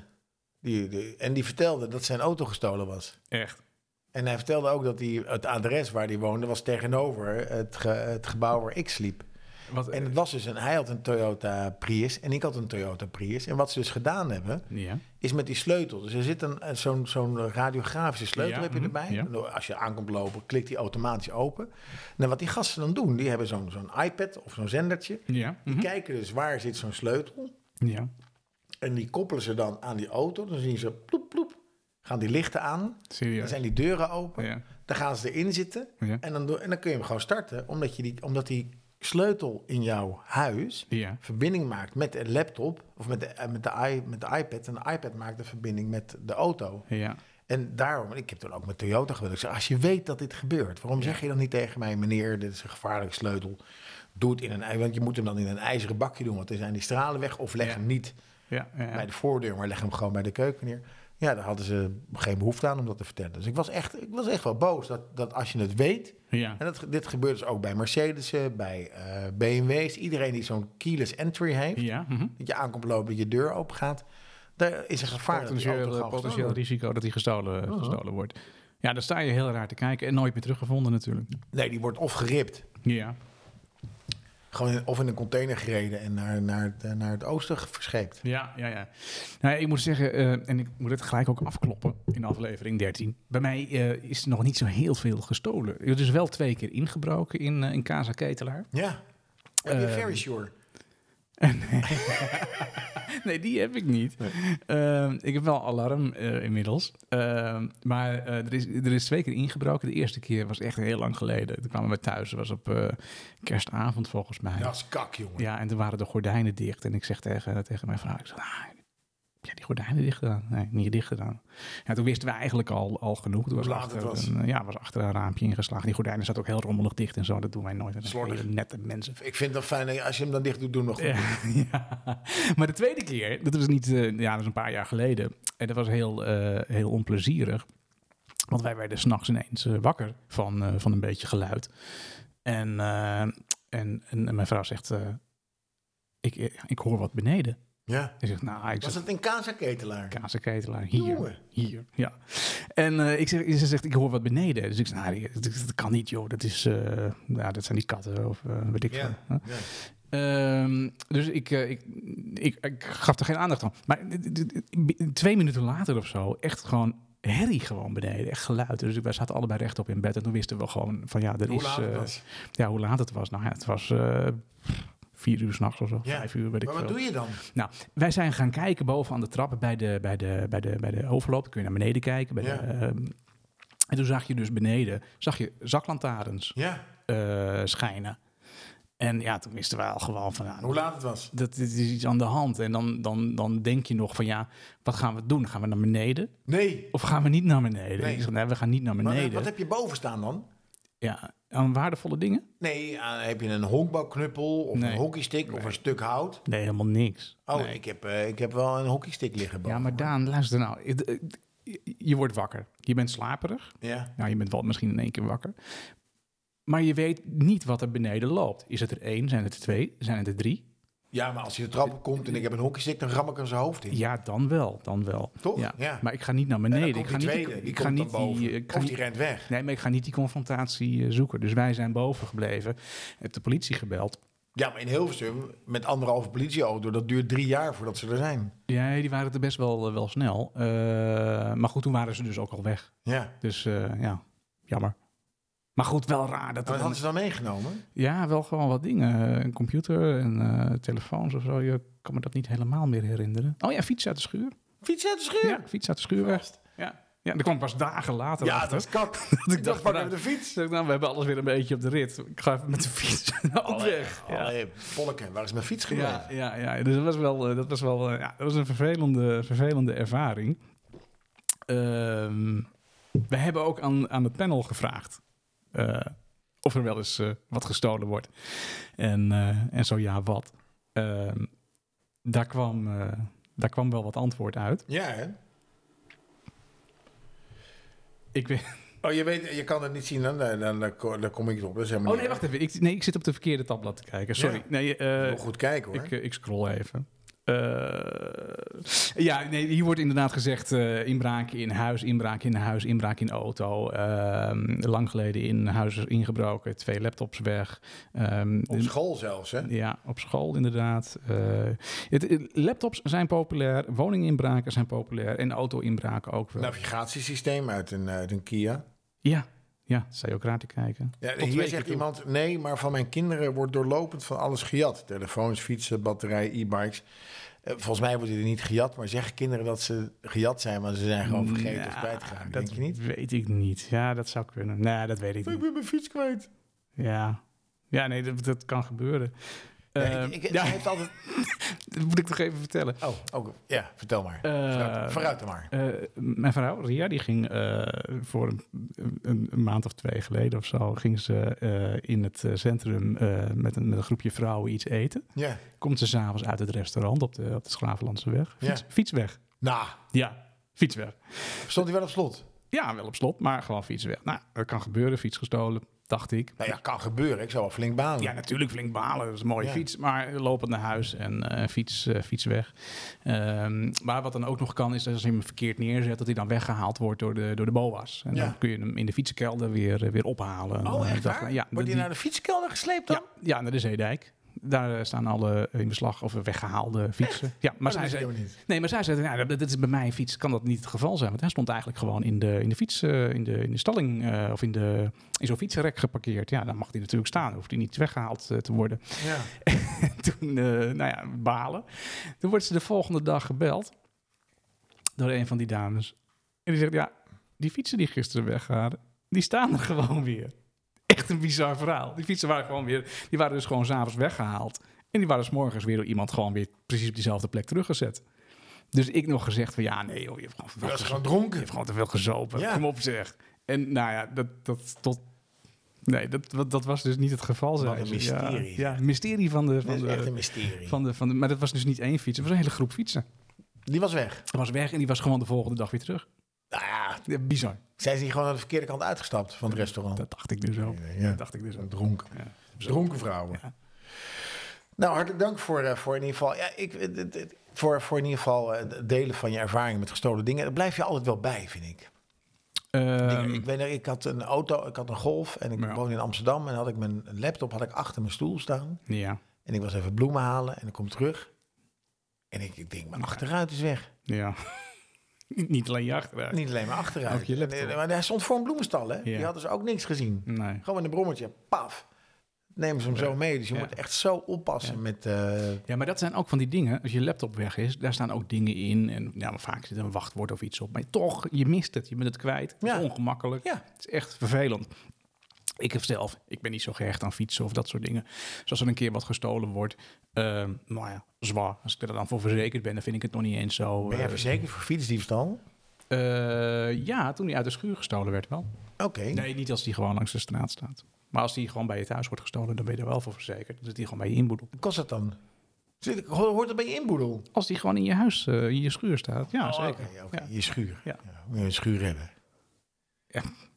S1: Die, die- en die vertelde dat zijn auto gestolen was.
S2: Echt.
S1: En hij vertelde ook dat hij, het adres waar hij woonde was tegenover het, ge- het gebouw waar ik sliep.
S2: Wat,
S1: En het was dus een, hij had een Toyota Prius en ik had een Toyota Prius. En wat ze dus gedaan hebben,
S2: eh, ja.
S1: is met die sleutel. Dus er zit een, eh, zo'n, zo'n radiografische sleutel
S2: Ja,
S1: heb je
S2: mhm,
S1: erbij.
S2: ja.
S1: Nou, Als je aankomt lopen, klikt die automatisch open. Nou, wat die gasten dan doen, die hebben zo'n, zo'n iPad of zo'n zendertje.
S2: Ja.
S1: Die
S2: mhm.
S1: kijken dus waar zit zo'n sleutel.
S2: ja.
S1: En die koppelen ze dan aan die auto. Dan zien ze ploep, ploep. Gaan die lichten aan. Dan
S2: Serieus.
S1: zijn die deuren open.
S2: Ja.
S1: Dan gaan ze erin zitten.
S2: Ja.
S1: En, dan, doe- en dan kun je hem gewoon starten. Omdat, je die, omdat die sleutel in jouw huis
S2: Ja.
S1: verbinding maakt met een laptop. Of met de, eh, met, de i, met de iPad. En de iPad maakt een verbinding met de auto.
S2: Ja.
S1: En daarom, ik heb toen ook met Toyota gewild. Ik zei, als je weet dat dit gebeurt, waarom zeg je dan niet tegen mij... meneer, dit is een gevaarlijke sleutel. Doe het in een... ij- Want je moet hem dan in een ijzeren bakje doen. Want er zijn die stralen weg. Of leg
S2: Ja.
S1: hem niet
S2: Ja. ja.
S1: bij de voordeur, maar leg hem gewoon bij de keuken neer. Ja, daar hadden ze geen behoefte aan om dat te vertellen. Dus ik was echt, ik was echt wel boos dat, dat als je het weet.
S2: Ja. Mhm.
S1: En dat, dit gebeurt dus ook bij Mercedes'en, bij eh, BMW's. Iedereen die zo'n keyless entry heeft.
S2: Ja. mhm.
S1: Dat je aankomt lopen, dat je deur open gaat. Daar is een gevaar dat Oh. die auto
S2: Potentieel,
S1: gewoon
S2: potentieel
S1: gestolen wordt.
S2: risico dat hij gestolen, gestolen wordt. Ja, daar sta je heel raar te kijken en nooit meer teruggevonden natuurlijk.
S1: Nee, die wordt of geript.
S2: Ja.
S1: Gewoon in- of in een container gereden en naar, naar, het, naar het oosten verscheept.
S2: Ja, ja, ja. Nou, ja, ik moet zeggen, eh, en ik moet het gelijk ook afkloppen in aflevering 13. Bij mij eh, is er nog niet zo heel veel gestolen. Er is wel twee keer ingebroken in, eh, in Casa Ketelaar. [laughs]
S1: Ja. Heb je
S2: Ehm,
S1: very sure.
S2: Nee, die heb ik niet. Ehm, ik heb wel alarm eh, inmiddels. Ehm, maar eh, er, is, er is twee keer ingebroken. De eerste keer was echt heel lang geleden. Toen kwamen we thuis. Dat was op eh, kerstavond volgens mij.
S1: Dat is kak, jongen.
S2: Ja, en toen waren de gordijnen dicht. En ik zeg tegen, tegen mijn vrouw, ik zeg, ah, heb jij die gordijnen dicht gedaan? Nee, niet dicht gedaan. Ja, toen wisten we eigenlijk al, al genoeg. Toen was
S1: Hoe laat
S2: achter
S1: het was.
S2: Een, ja, was achter een raampje ingeslagen. Die gordijnen zaten ook heel rommelig dicht en zo. Dat doen wij nooit. Dat zijn
S1: Slordig.
S2: hele nette mensen.
S1: Ik vind het fijn dat je- als je hem dan dicht doet, doe hem nog goed.
S2: Ja, [laughs] ja. Maar de tweede keer, dat was niet, eh, ja, dat was een paar jaar geleden. En dat was heel, eh, heel onplezierig. Want wij werden s'nachts ineens eh, wakker van, eh, van een beetje geluid. En, eh, en, en mijn vrouw zegt, eh, ik, eh, ik hoor wat beneden.
S1: ja.
S2: Hij zegt, nou, ik
S1: Was
S2: zat
S1: het een kazenketelaar?
S2: kazenketelaar hier.
S1: Jongen.
S2: Hier, ja. En eh, ik zeg, ze zegt, ik hoor wat beneden. Dus ik zeg, nou, dat, dat kan niet, joh. Dat, is, eh, ja, dat zijn die katten of eh weet ik
S1: Ja,
S2: veel. Ehm, dus ik, eh, ik, ik, ik gaf er geen aandacht aan. Maar d- d- d- twee minuten later of zo, echt gewoon herrie gewoon beneden. Echt geluid. Dus wij zaten allebei rechtop in bed. En toen wisten we gewoon van ja, er
S1: Hoe
S2: is...
S1: laat het
S2: eh,
S1: was?
S2: Ja, hoe laat het was. Nou ja, het was eh, vier uur s'nachts of zo.
S1: Ja.
S2: Vijf uur, weet ik
S1: Maar wat
S2: veel.
S1: doe je dan?
S2: Nou, wij zijn gaan kijken boven aan de trappen bij de, bij de, bij de, bij de overloop. Dan kun je naar beneden kijken. Bij
S1: Ja.
S2: de, ehm, en toen zag je dus beneden, zag je zaklantaarns
S1: Ja,
S2: eh, schijnen. En ja, toen wisten wij al gewoon van... nou,
S1: hoe laat het was?
S2: dat dit is iets aan de hand. En dan, dan, dan denk je nog van ja, wat gaan we doen? Gaan we naar beneden
S1: Nee.
S2: of gaan we niet naar beneden?
S1: Nee.
S2: Ik zeg, nee, we gaan niet naar
S1: Maar, eh,
S2: beneden.
S1: Wat heb je boven staan dan?
S2: Ja, aan waardevolle dingen?
S1: Nee, eh, heb je een honkbalknuppel of
S2: Nee.
S1: een hockeystick of een stuk hout?
S2: Nee, helemaal niks.
S1: Oh, ik, heb, eh, ik heb wel een hockeystick liggen boven.
S2: Ja, maar Daan, luister nou. Het- het- Je wordt wakker. Je bent slaperig.
S1: Ja.
S2: Nou, je bent wel misschien in één keer wakker. Maar je weet niet wat er beneden loopt. Is het er één? Zijn het er twee? Zijn het er drie?
S1: ja, maar als je de trap op komt en ik heb een hockeystick, dan ram ik hem zijn hoofd in.
S2: Ja, dan wel. Dan wel.
S1: Toch?
S2: Ja.
S1: Ja.
S2: Maar ik ga niet naar
S1: En dan
S2: beneden.
S1: komt
S2: Ik ga
S1: die
S2: niet,
S1: tweede,
S2: ik,
S1: die
S2: ga
S1: komt
S2: niet
S1: dan boven.
S2: die... eh, Ik ga
S1: of
S2: niet,
S1: die rent weg.
S2: Nee, maar ik ga niet die confrontatie eh, zoeken. Dus wij zijn boven gebleven. Ik heb de politie gebeld.
S1: Ja, maar in Hilversum, met anderhalve politieauto, dat duurt drie jaar voordat ze er zijn.
S2: Ja, die waren er best wel, eh, wel snel. Eh, maar goed, toen waren ze dus ook al weg.
S1: Ja.
S2: Dus eh, ja, jammer. Maar goed, wel raar
S1: En
S2: dat
S1: wat
S2: er...
S1: hadden ze dan meegenomen?
S2: Ja, wel gewoon wat dingen. Eh, Een computer en eh, telefoons of zo. Je kan me dat niet helemaal meer herinneren. Oh ja, fiets uit de schuur.
S1: Fiets uit de schuur.
S2: Ja, fiets uit de schuur weg. Ja. ja, dat kwam pas dagen later
S1: Ja,
S2: achter.
S1: dat is kak.
S2: [laughs] dacht
S1: ik dacht,
S2: van,
S1: pak even de fiets.
S2: Dus ik, nou, we hebben alles weer een beetje op de rit. Ik ga even met de fiets
S1: Oh,
S2: [laughs] op weg. Ja.
S1: Allee, Polleke, waar is mijn fiets gebleven?
S2: Ja, ja, ja. Dus dat was wel, eh, dat was wel eh, ja, dat was een vervelende, vervelende ervaring. Ehm, we hebben ook aan, aan het panel gevraagd eh, of er wel eens eh, wat gestolen wordt. En, eh, en zo ja, wat. Ehm, daar, kwam, eh, daar kwam wel wat antwoord uit.
S1: Ja, hè?
S2: Ik weet,
S1: Oh, je, weet, je kan het niet zien, dan, dan, dan, dan ko- dan kom ik erop. Dat is helemaal
S2: oh nee,
S1: niet
S2: wacht even. Ik, nee, ik zit op de verkeerde tabblad te kijken. Sorry.
S1: Ja.
S2: Nee, eh,
S1: erg. Moet goed kijken, hoor.
S2: ik, eh, ik scroll even. Eh, ja, nee, hier wordt inderdaad gezegd eh, inbraak in huis, inbraak in huis, inbraak in auto. Ehm, lang geleden in huis ingebroken, twee laptops weg. Ehm,
S1: Op school zelfs, hè?
S2: ja, op school inderdaad. Eh, het, het- laptops zijn populair, woninginbraken zijn populair en auto-inbraken ook
S1: Nou.
S2: wel.
S1: Navigatiesysteem uit een, uit een Kia.
S2: Ja, ja, sta je ook raar te kijken.
S1: Ja,
S2: twee
S1: hier
S2: keer
S1: zegt
S2: toe.
S1: iemand, nee, maar van mijn kinderen wordt doorlopend van alles gejat. Telefoons, fietsen, batterijen, e-bikes. Eh, volgens mij wordt er niet gejat, maar zeggen kinderen dat ze gejat zijn, maar ze zijn gewoon vergeten of
S2: Nou,
S1: kwijtgegaan.
S2: Dat
S1: Denk
S2: mm.
S1: je niet?
S2: weet ik niet. Ja, dat zou kunnen. Nee, dat weet ik
S1: Ik
S2: niet.
S1: ben mijn fiets kwijt.
S2: Ja, ja nee, dat, dat kan gebeuren.
S1: Ja,
S2: Eh,
S1: ik, ik,
S2: ja, [laughs]
S1: hij heeft altijd...
S2: dat moet ik toch even vertellen.
S1: Oh, ook, ja, vertel maar.
S2: Eh,
S1: Vooruit, vooruit dan maar.
S2: Eh, mijn vrouw, Ria, die ging eh, voor een, een, een maand of twee geleden of zo... ging ze eh, in het eh, centrum eh, met, een, met een groepje vrouwen iets eten.
S1: Ja.
S2: Komt ze s'avonds uit het restaurant op de, op de Schravenlandse weg. Fiets,
S1: Ja.
S2: fiets weg.
S1: Nou,
S2: Ja, fiets weg.
S1: stond hij wel op slot?
S2: Ja, wel op slot, maar gewoon fiets weg. Nou, dat kan gebeuren, fiets gestolen, dacht ik.
S1: Nou ja, kan gebeuren. Ik zou wel flink balen.
S2: Ja, natuurlijk flink balen. Dat is een mooie
S1: Ja.
S2: fiets. Maar lopend naar huis en eh, fiets, eh, fiets weg. Ehm, maar wat dan ook nog kan, is dat als je hem verkeerd neerzet... dat hij dan weggehaald wordt door de, door de boa's. En
S1: Ja.
S2: dan kun je hem in de fietsenkelder weer, eh, weer ophalen.
S1: Oh,
S2: En,
S1: echt
S2: eh,
S1: waar?
S2: Ja,
S1: wordt
S2: die-
S1: hij naar de fietskelder gesleept dan?
S2: ja, ja, naar de Zeedijk. Daar eh, staan alle in beslag of weggehaalde fietsen. Ja, maar
S1: Oh, dat
S2: zij
S1: wist ik
S2: zei,
S1: helemaal niet.
S2: nee, maar zij zei, nou, dat, dat is bij mijn fiets kan dat niet het geval zijn. Want hij stond eigenlijk gewoon in de, in de fiets, eh, in, de, in de stalling eh, of in, de, in zo'n fietsenrek geparkeerd. Ja, dan mag hij natuurlijk staan. Hoeft hij niet weggehaald eh, te worden
S1: Ja.
S2: [laughs] toen, eh, nou ja, balen. Toen wordt ze de volgende dag gebeld door een van die dames. En die zegt, ja, die fietsen die gisteren weggaren, die staan er gewoon weer. Echt een bizar verhaal. Die fietsen waren gewoon weer, die waren dus gewoon s'avonds weggehaald. En die waren s morgens weer door iemand gewoon weer precies op diezelfde plek teruggezet. Dus ik nog gezegd van, ja, nee joh, je hebt gewoon,
S1: Dat is
S2: je
S1: gewoon dronken.
S2: hebt gewoon te veel gezopen.
S1: Ja.
S2: Kom op zeg. En nou ja, dat, dat tot... Nee, dat, wat- dat was dus niet het geval. zei
S1: een
S2: ze. Ja,
S1: mysterie.
S2: Ja, mysterie van de... Van
S1: Dat is
S2: de
S1: echt een mysterie.
S2: van de, van de, maar dat was dus niet één fiets, het was een hele groep fietsen.
S1: Die was weg.
S2: Hij was weg en die was gewoon de volgende dag weer terug.
S1: Nou ja,
S2: Ja, bizar.
S1: zijn ze niet gewoon aan de verkeerde kant uitgestapt van het restaurant?
S2: Dat dacht ik dus ook.
S1: ja.
S2: Dat dacht ik dus ook.
S1: Dronken.
S2: Ja.
S1: Dronken vrouwen. Nou, hartelijk dank voor, eh, voor in ieder geval. Ja, ik, eh, dit- dit- voor, voor in ieder geval eh, het delen van je ervaringen met gestolen dingen. Daar blijf je altijd wel bij, vind ik.
S2: Ehm,
S1: ik, ik weet nog, ik had een auto, ik had een golf en ik
S2: Ja.
S1: woonde in Amsterdam. En had ik mijn laptop had ik achter mijn stoel staan.
S2: ja,
S1: En ik was even bloemen halen en ik kom terug. En ik, ik denk, mijn achteruit is weg.
S2: ja. [laughs] niet niet alleen je achteruit.
S1: Niet alleen mijn achteruit.
S2: Ook je laptop.
S1: En- en- Maar hij stond voor een bloemenstal, hè?
S2: Ja.
S1: Die hadden ze ook niks gezien.
S2: Nee.
S1: Gewoon met een brommetje, paf. Nemen ze hem zo mee. Dus je
S2: Ja.
S1: moet echt zo oppassen met... eh,
S2: Ja, maar dat zijn ook van die dingen. Als je laptop weg is, daar staan ook dingen in. En ja, maar vaak zit er een wachtwoord of iets op. Maar toch, je mist het. Je bent het kwijt. Het
S1: Ja.
S2: is ongemakkelijk.
S1: Ja.
S2: Het is echt vervelend. Ik heb zelf, ik ben niet zo gehecht aan fietsen of dat soort dingen. Dus als er een keer wat gestolen wordt, ehm, nou ja, zwaar. Als ik er dan voor verzekerd ben, dan vind ik het nog niet eens zo.
S1: ben jij
S2: eh,
S1: verzekerd voor fietsdiefstal?
S2: eh, ja, toen die uit de schuur gestolen werd wel.
S1: Oké.
S2: Nee, niet als die gewoon langs de straat staat. Maar als die gewoon bij je thuis wordt gestolen, dan ben je er wel voor verzekerd. Dan zit die gewoon bij je inboedel.
S1: Wat kost dat dan? Zit- ho- Hoort dat bij je inboedel?
S2: Als die gewoon in je huis, eh, in je schuur staat. Ja,
S1: Oh,
S2: zeker.
S1: Oké, oké.
S2: Ja.
S1: je schuur. Ja.
S2: Ja.
S1: moet je een schuur hebben.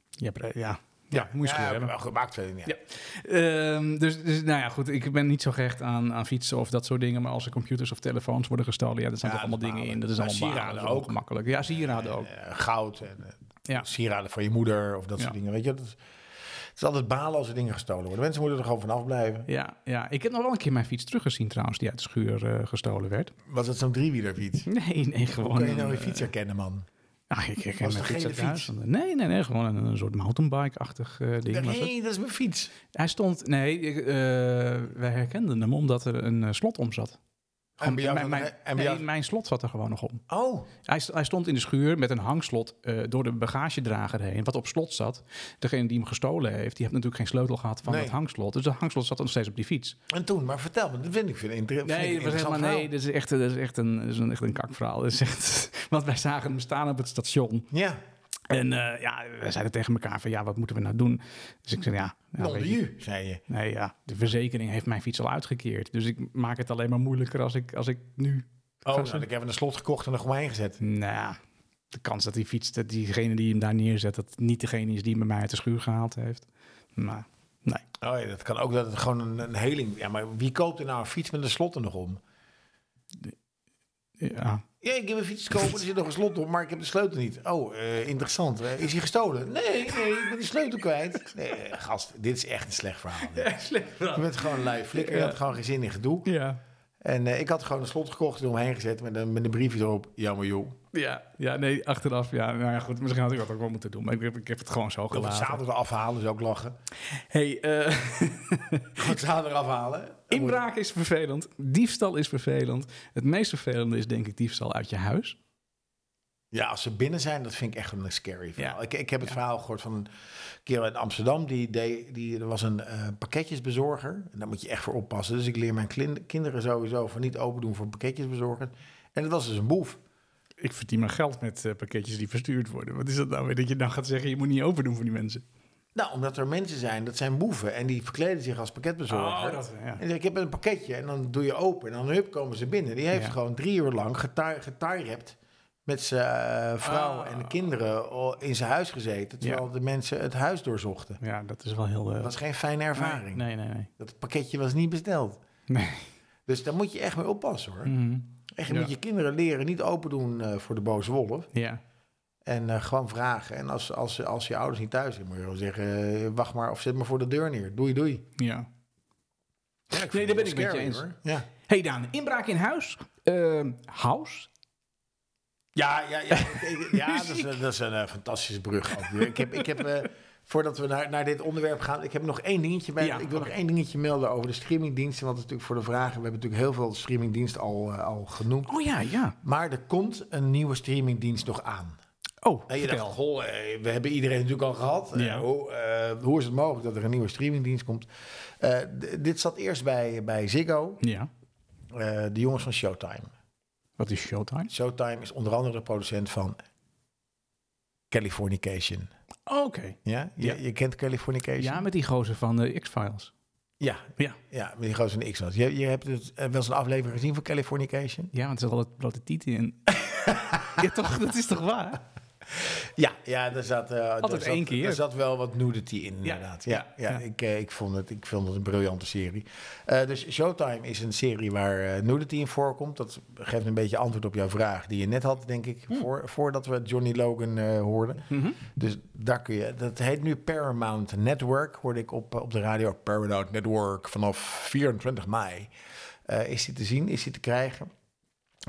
S2: Je hebt, eh, ja. Ja, moet je
S1: Ja,
S2: schuur hebben.
S1: Maar goed, maakt verder niet uit.
S2: Ehm, dus, dus nou ja, goed. Ik ben niet zo gehecht aan, aan fietsen of dat soort dingen. Maar als er computers of telefoons worden gestolen, ja, dat zijn
S1: Ja,
S2: toch
S1: dat
S2: allemaal
S1: is
S2: dingen in.
S1: balen.
S2: Dat is
S1: Maar
S2: allemaal balen,
S1: sieraden
S2: dat is
S1: ook.
S2: ongemakkelijk. Ja, sieraden ook.
S1: Eh, goud en eh,
S2: Ja.
S1: sieraden van je moeder of dat
S2: Ja.
S1: soort dingen. Weet je, dat, het is altijd balen als er dingen gestolen worden. Mensen moeten er gewoon vanaf blijven.
S2: Ja, ja, ik heb nog wel een keer mijn fiets teruggezien trouwens, die uit de schuur eh, gestolen werd. [laughs]
S1: Was dat zo'n driewielerfiets?
S2: Nee, nee, gewoon...
S1: Hoe kan je nou
S2: een, eh,
S1: je fiets herkennen, man?
S2: Ah, ik
S1: Was
S2: ik mijn
S1: het
S2: fiets
S1: een
S2: uit
S1: gele
S2: huis. Nee, nee, nee. Gewoon een, een soort mountainbike-achtig eh, ding. was het.
S1: Nee, dat is mijn fiets.
S2: Hij stond... Nee, ik, eh, wij herkenden hem omdat er een eh, slot om zat.
S1: En bij jou
S2: mijn,
S1: zat er-
S2: mijn,
S1: en bij jou-
S2: nee, mijn slot zat er gewoon nog om.
S1: Oh,
S2: Hij, st- hij stond in de schuur met een hangslot eh, door de bagagedrager heen, wat op slot zat. Degene die hem gestolen heeft, die heeft natuurlijk geen sleutel gehad van
S1: Nee.
S2: dat hangslot. Dus dat hangslot zat nog steeds op die fiets.
S1: en toen, maar vertel me, dat vind ik vind ik inter- vind ik een
S2: Nee, het was
S1: interessant
S2: helemaal,
S1: verhaal.
S2: nee, dit is echt, dit is echt een, dit is een, echt een kakverhaal. Dit is echt, [laughs] want wij zagen hem staan op het station.
S1: Ja,
S2: En eh, ja, wij zeiden tegen elkaar van ja, wat moeten we nou doen? Dus ik zei ja, ja,
S1: non
S2: weet je,
S1: you, zei je.
S2: nee, ja, de verzekering heeft mijn fiets al uitgekeerd. Dus ik maak het alleen maar moeilijker als ik, als ik nu...
S1: Oh,
S2: ga
S1: nou, ik heb een slot gekocht en er gewoon heen gezet.
S2: Nou, de kans dat die fiets, dat diegene die hem daar neerzet, dat het niet degene is die hem bij mij uit de schuur gehaald heeft. Maar nee.
S1: Oh ja, dat kan ook dat het gewoon een, een heling... Ja, maar wie koopt er nou een fiets met een slot er nog om?
S2: Ja.
S1: Ja, ik heb een fiets kopen, er zit nog een slot op, maar ik heb de sleutel niet. Oh, eh, interessant. Eh, is hij gestolen? Nee, nee, ik ben de sleutel kwijt. Nee, eh, gast, dit is echt een slecht verhaal. dit. Je bent gewoon lui flikker, je had gewoon geen zin in gedoe.
S2: Ja.
S1: En eh, ik had gewoon een slot gekocht en omheen gezet met een, met een briefje erop. Jammer joh.
S2: Ja, ja, nee, achteraf. Ja, nou ja, goed. Misschien had ik dat ook wel moeten doen, maar ik heb, ik heb het gewoon zo
S1: Of het
S2: gelaten.
S1: zaterdag afhalen, zou ik lachen. [laughs]
S2: Hey, eh,
S1: Gewoon het zaterdag afhalen. Dan moet-
S2: inbraak is vervelend. Diefstal is vervelend. Het meest vervelende is denk ik diefstal uit je huis.
S1: Ja, als ze binnen zijn, dat vind ik echt een scary verhaal.
S2: Ja.
S1: Ik, ik heb het verhaal gehoord van een keer in Amsterdam. Die deed, die, er was een eh, pakketjesbezorger. En daar moet je echt voor oppassen. Dus ik leer mijn klin- kinderen sowieso van niet open doen voor pakketjesbezorgers. En dat was dus een boef.
S2: Ik verdien mijn geld met eh, pakketjes die verstuurd worden. Wat is dat nou weer dat je dan gaat zeggen, je moet niet open doen voor die mensen?
S1: Nou, omdat er mensen zijn, dat zijn boeven. En die verkleden zich als pakketbezorger.
S2: Oh, dat- ja.
S1: En die zeggen, ik heb een pakketje. En dan doe je open. En dan hup, komen ze binnen. Die heeft
S2: Ja.
S1: gewoon drie uur lang geti- getirept met zijn eh, vrouw
S2: Oh.
S1: en de kinderen o- in zijn huis gezeten. Terwijl de mensen het huis doorzochten.
S2: Ja, dat is wel heel... eh,
S1: Dat was geen fijne ervaring.
S2: Nee, nee, nee.
S1: Dat pakketje was niet besteld.
S2: Nee.
S1: Dus daar moet je echt mee oppassen hoor.
S2: Mhm.
S1: Echt, je
S2: Ja.
S1: moet je kinderen leren niet open doen eh, voor de boze wolf.
S2: Ja.
S1: En eh, gewoon vragen. En als, als, als je ouders niet thuis zijn, moet je gewoon zeggen... eh, wacht maar of zet me voor de deur neer. Doei, doei.
S2: Ja.
S1: Ja, ik
S2: Nee,
S1: vind
S2: daar
S1: het wel
S2: ben ik met je
S1: scary,
S2: eens.
S1: hoor. Ja.
S2: Hey Daan, inbraak in huis. Ehm house?
S1: Ja, ja,
S2: [laughs]
S1: ja, Ik- ja dat, is, een- dat is een eh, fantastische [laughs] brug. ook weer. Ik heb, ik heb eh, voordat we naar, naar dit onderwerp gaan, ik heb nog één dingetje bij.
S2: Ja,
S1: ik wil
S2: oké.
S1: nog één dingetje melden over de streamingdiensten. Want natuurlijk voor de vragen, we hebben natuurlijk heel veel streamingdiensten al, eh, al genoemd.
S2: Oh ja, ja.
S1: Maar er komt een nieuwe streamingdienst nog aan.
S2: Oh,
S1: En je
S2: vertel.
S1: dacht, goh, eh, we hebben iedereen natuurlijk al gehad. Eh,
S2: Ja.
S1: hoe, eh, hoe is het mogelijk dat er een nieuwe streamingdienst komt? Eh, d- dit zat eerst bij, bij Ziggo,
S2: Ja.
S1: eh, de jongens van Showtime.
S2: Wat is Showtime?
S1: Showtime is onder andere de producent van Californication.
S2: Oké.
S1: Ja? Je,
S2: Ja.
S1: je kent Californication?
S2: Ja, met die gozer van eh, X-Files.
S1: ja,
S2: Ja.
S1: ja met die gozer van X-Files. Je, je hebt het, eh, wel eens een aflevering gezien van Californication?
S2: Ja, want er zat altijd blote tieten
S1: [laughs]
S2: in. ja, toch? Dat is toch waar?
S1: Ja, ja daar, zat, eh, daar,
S2: één
S1: zat,
S2: keer.
S1: daar zat wel wat nudity in, inderdaad. Ja, ja,
S2: ja.
S1: Ik, eh, ik, vond het, ik vond het een briljante serie. Eh, dus Showtime is een serie waar eh, nudity in voorkomt. Dat geeft een beetje antwoord op jouw vraag die je net had, denk ik,
S2: Hmm.
S1: voor, voordat we Johnny Logan eh, hoorden.
S2: Mhm.
S1: Dus daar kun je. Dat heet nu Paramount Network, hoorde ik op, eh, op de radio. Paramount Network vanaf 24 mei. Eh, is die te zien? Is die te krijgen?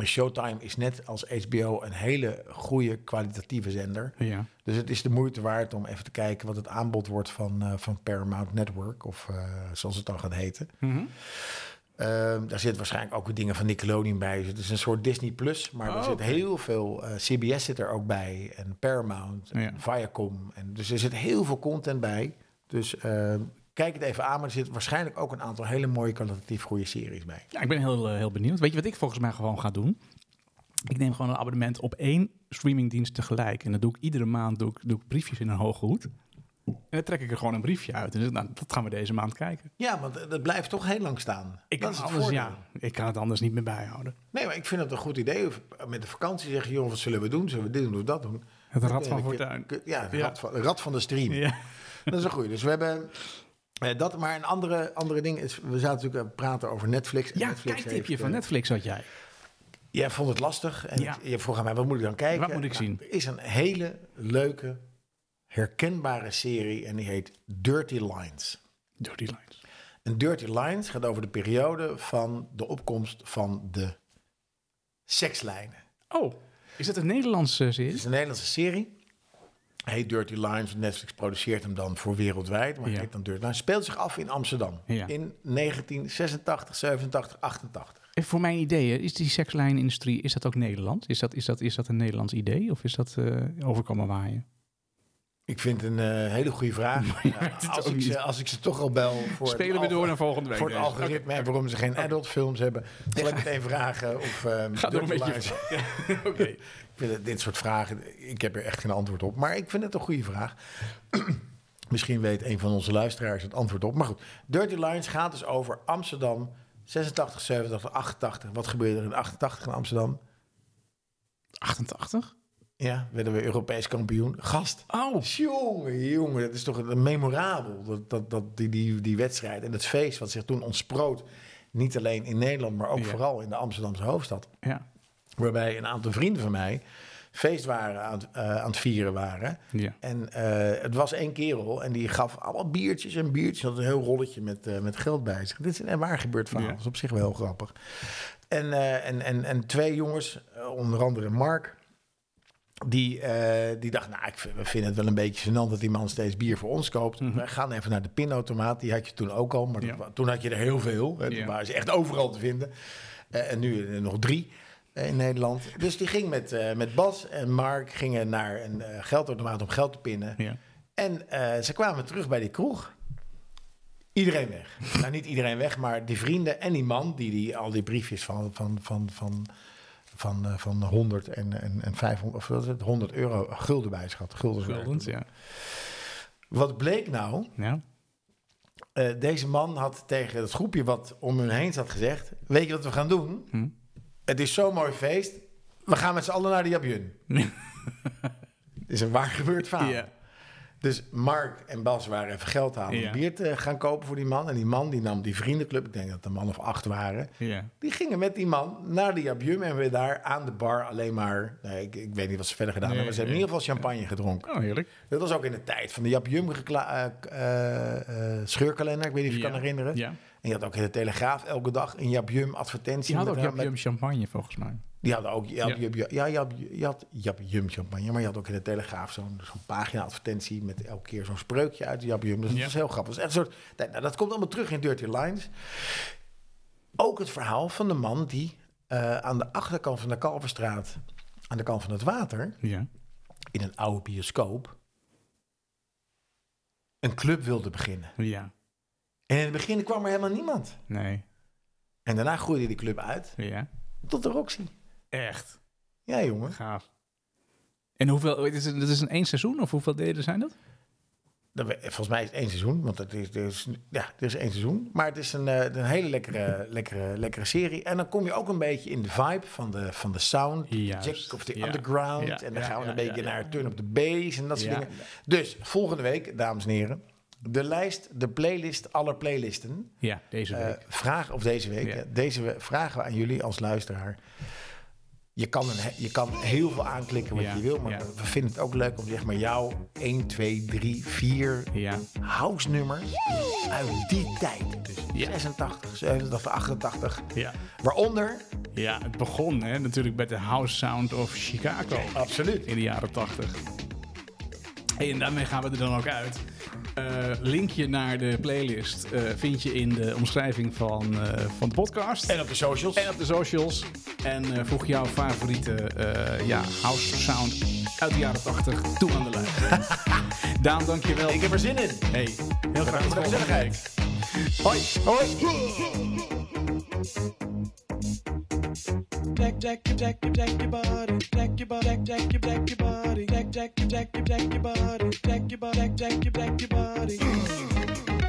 S1: Showtime is net als HBO een hele goede kwalitatieve zender.
S2: Ja.
S1: Dus het is de moeite waard om even te kijken wat het aanbod wordt van, eh, van Paramount Network, of eh, zoals het dan gaat heten. Ehm, daar zit waarschijnlijk ook weer dingen van Nickelodeon bij. Dus het is een soort Disney Plus, maar er
S2: Oh,
S1: zit
S2: oké.
S1: heel veel. eh, CBS zit er ook bij, en Paramount, en
S2: Ja.
S1: Viacom. En dus er zit heel veel content bij. Dus ehm, kijk het even aan, maar er zit waarschijnlijk ook een aantal hele mooie, kwalitatief goede series bij.
S2: Ja, ik ben heel, eh, heel benieuwd. Weet je wat ik volgens mij gewoon ga doen? Ik neem gewoon een abonnement op één streamingdienst tegelijk. En dat doe ik iedere maand doe ik, doe ik briefjes in een hoge hoed. En dan trek ik er gewoon een briefje uit. En dan zeg ik, nou, dat gaan we deze maand kijken.
S1: Ja, want eh, dat blijft toch heel lang staan. dat
S2: Ik kan,
S1: is
S2: het
S1: het
S2: anders,
S1: voordeel.
S2: ja, ik kan het anders niet meer bijhouden.
S1: Nee, maar ik vind het een goed idee. Met de vakantie zeggen, joh, wat zullen we doen? Zullen we dit doen of dat doen?
S2: Het rad
S1: Ja,
S2: van
S1: de-
S2: Fortuin.
S1: de- Ja, de
S2: Ja.
S1: Rad, van, de rad van de stream.
S2: Ja.
S1: Dat is een goeie. Dus we hebben eh, dat. Maar een andere, andere ding is, we zaten natuurlijk aan het praten over Netflix. En
S2: Ja,
S1: Netflix
S2: kijktipje
S1: heeft,
S2: van
S1: eh,
S2: Netflix had jij.
S1: Jij vond het lastig en
S2: Ja.
S1: je vroeg aan mij, wat moet ik dan kijken?
S2: Wat moet ik zien?
S1: Er is een hele leuke, herkenbare serie en die heet Dirty Lines.
S2: Door die lines.
S1: En Dirty Lines gaat over de periode van de opkomst van de sekslijnen.
S2: Oh, is dat een Nederlandse
S1: Het
S2: serie?
S1: is een Nederlandse serie. Heet Dirty Lines. Netflix produceert hem dan voor wereldwijd. Maar het
S2: Ja.
S1: heet dan Dirty Lines. Speelt zich af in Amsterdam.
S2: Ja.
S1: In 1986, 87, 88.
S2: Eh, Voor mijn idee, hè, is die sekslijnindustrie, is dat ook Nederland? Is dat, is dat, is dat een Nederlands idee? Of is dat eh, overkomen waaien?
S1: Ik vind het een eh, hele goede
S2: [laughs]
S1: vraag.
S2: je weet het
S1: als,
S2: ook
S1: ik ze,
S2: niet.
S1: als ik ze toch al bel voor het
S2: Spelen we
S1: alfa-
S2: door naar volgende week.
S1: Voor het
S2: deze.
S1: algoritme en waarom ze geen adult films hebben, zal ik meteen vragen of ehm
S2: Ga door
S1: Dirty
S2: met je [laughs]
S1: Lines-
S2: Oké.
S1: [laughs] Ik vind het- dit soort vragen, ik heb er echt geen antwoord op. Maar ik vind het een goede vraag. [clears throat] Misschien weet een van onze luisteraars het antwoord op. Maar goed, Dirty Lines gaat dus over Amsterdam 86, 87, 88. Wat gebeurde er in 88 in Amsterdam?
S2: 88?
S1: Ja, werden we Europees kampioen. Gast.
S2: Oh.
S1: Jongen, jongen, dat is toch een memorabel, dat, dat, dat, die, die, die wedstrijd en het feest wat zich toen ontsproot. Niet alleen in Nederland, maar ook
S2: Ja.
S1: vooral in de Amsterdamse hoofdstad.
S2: Ja.
S1: Waarbij een aantal vrienden van mij feest waren aan, het- eh, aan het vieren waren.
S2: Ja.
S1: En eh, het was één kerel en die gaf allemaal biertjes en biertjes. Had een heel rolletje met, eh, met geld bij zich. Dit is een waar gebeurd verhaal.
S2: Ja.
S1: Dat is op zich wel heel grappig. En, eh, en, en, en twee jongens, eh, onder andere Mark... Die, eh, die dacht, nou, ik vind, we vinden het wel een beetje gênant dat die man steeds bier voor ons koopt. Wij gaan even naar de pinautomaat. Die had je toen ook al, maar dat
S2: Mhm. Ja.
S1: wa- toen had je er heel veel. Hè,
S2: Ja.
S1: Toen waren ze echt overal te vinden. Eh, en nu eh, nog drie eh, in Nederland. Dus die ging met, eh, met Bas en Mark gingen naar een eh, geldautomaat om geld te pinnen.
S2: Ja.
S1: En eh, ze kwamen terug bij die kroeg. Iedereen weg.
S2: [laughs]
S1: nou, niet iedereen weg, maar die vrienden en die man die, die al die briefjes van, van, van, van, van, eh, van 100 en, en, en 500, of wat is het, 100 euro gulden bij zich had. Guldens waren
S2: Guldens,
S1: het.
S2: ja.
S1: Wat bleek nou?
S2: ja.
S1: Eh, deze man had tegen het groepje wat om hun heen zat gezegd: Weet je wat we gaan doen?
S2: Hm.
S1: Het is zo'n mooi feest. We gaan met z'n allen naar de
S2: [laughs]
S1: Jabjun. Het is een waar gebeurd verhaal.
S2: Ja.
S1: Dus Mark en Bas waren even geld halen om
S2: Ja.
S1: bier te gaan kopen voor die man. En die man die nam die vriendenclub, ik denk dat het een man of acht waren.
S2: ja.
S1: Die gingen met die man naar de Jabjun en we daar aan de bar alleen maar... Nee, ik, ik weet niet wat ze verder gedaan
S2: Nee,
S1: hebben, maar ze hebben
S2: nee.
S1: in ieder geval champagne gedronken.
S2: Oh, heerlijk.
S1: Dat was ook in de tijd van de Jabjum eh, scheurkalender, ik weet niet of je
S2: Ja.
S1: kan herinneren.
S2: Ja.
S1: En je had ook in de Telegraaf elke dag een Jabjum advertentie.
S2: Die had
S1: met
S2: ook
S1: haar- met-
S2: Jum champagne, volgens mij.
S1: die hadden ook Jab,
S2: Ja.
S1: Jab, Jab- ja, Jab, je had Jab Jum champagne, maar je had ook in de Telegraaf zo'n zo'n pagina advertentie met elke keer zo'n spreukje uit Jab Jum. Dus dat
S2: Ja.
S1: was heel grappig. Dat, is echt een soort, dat, nou, dat komt allemaal terug in Dirty Lines. Ook het verhaal van de man die eh, aan de achterkant van de Kalverstraat, aan de kant van het water,
S2: Ja.
S1: in een oude bioscoop, een club wilde beginnen.
S2: Ja.
S1: En in het begin kwam er helemaal niemand.
S2: Nee.
S1: En daarna groeide die club uit
S2: Ja.
S1: tot de Roxy.
S2: Echt.
S1: Ja, jongen.
S2: Gaaf. En hoeveel... Het is, het is een één seizoen, of hoeveel delen zijn dat?
S1: Dat we- Volgens mij is het één seizoen, want het is, er is- ja, er is één seizoen. Maar het is een, eh, een hele
S2: [laughs]
S1: lekkere, lekkere, lekkere serie. En dan kom je ook een beetje in de vibe van de, van de sound.
S2: Juist,
S1: Jack of the
S2: ja.
S1: Underground.
S2: Ja,
S1: En dan
S2: ja,
S1: gaan we
S2: ja,
S1: een beetje
S2: ja, ja.
S1: naar Turn Up The Bass en dat soort
S2: Ja.
S1: dingen. Dus volgende week, dames en heren, de lijst, de playlist aller playlisten.
S2: Ja, deze
S1: Eh,
S2: week.
S1: vraag of deze week.
S2: Ja.
S1: ja, deze we- vragen we aan jullie als luisteraar. Je kan, een, he- je kan heel veel aanklikken wat
S2: Ja,
S1: je wil, maar
S2: ja.
S1: we- we vinden het ook leuk om zeg maar jouw 1, 2, 3, 4
S2: ja.
S1: house nummers uit die tijd. Dus
S2: Ja.
S1: 86, 87, 88.
S2: Ja.
S1: Waaronder,
S2: Ja, het begon hè, natuurlijk met de house sound of Chicago
S1: absoluut,
S2: in de jaren 80. Hey, en daarmee gaan we er dan ook uit. Eh, linkje naar de playlist eh, vind je in de omschrijving van, eh, van de podcast.
S1: en op de socials.
S2: En op de socials. En eh, voeg jouw favoriete eh, ja, house sound uit de jaren 80 toe aan de lijst. [laughs] Daan, dankjewel.
S1: Ik heb er zin in.
S2: Hey, heel
S1: Bedankt
S2: graag tot
S1: voor de
S2: volgende week.
S1: gezelligheid. Hoi. Hoi.
S4: deck deck deck deck your body deck your body deck deck deck your body deck deck deck deck your body deck your body deck deck deck your body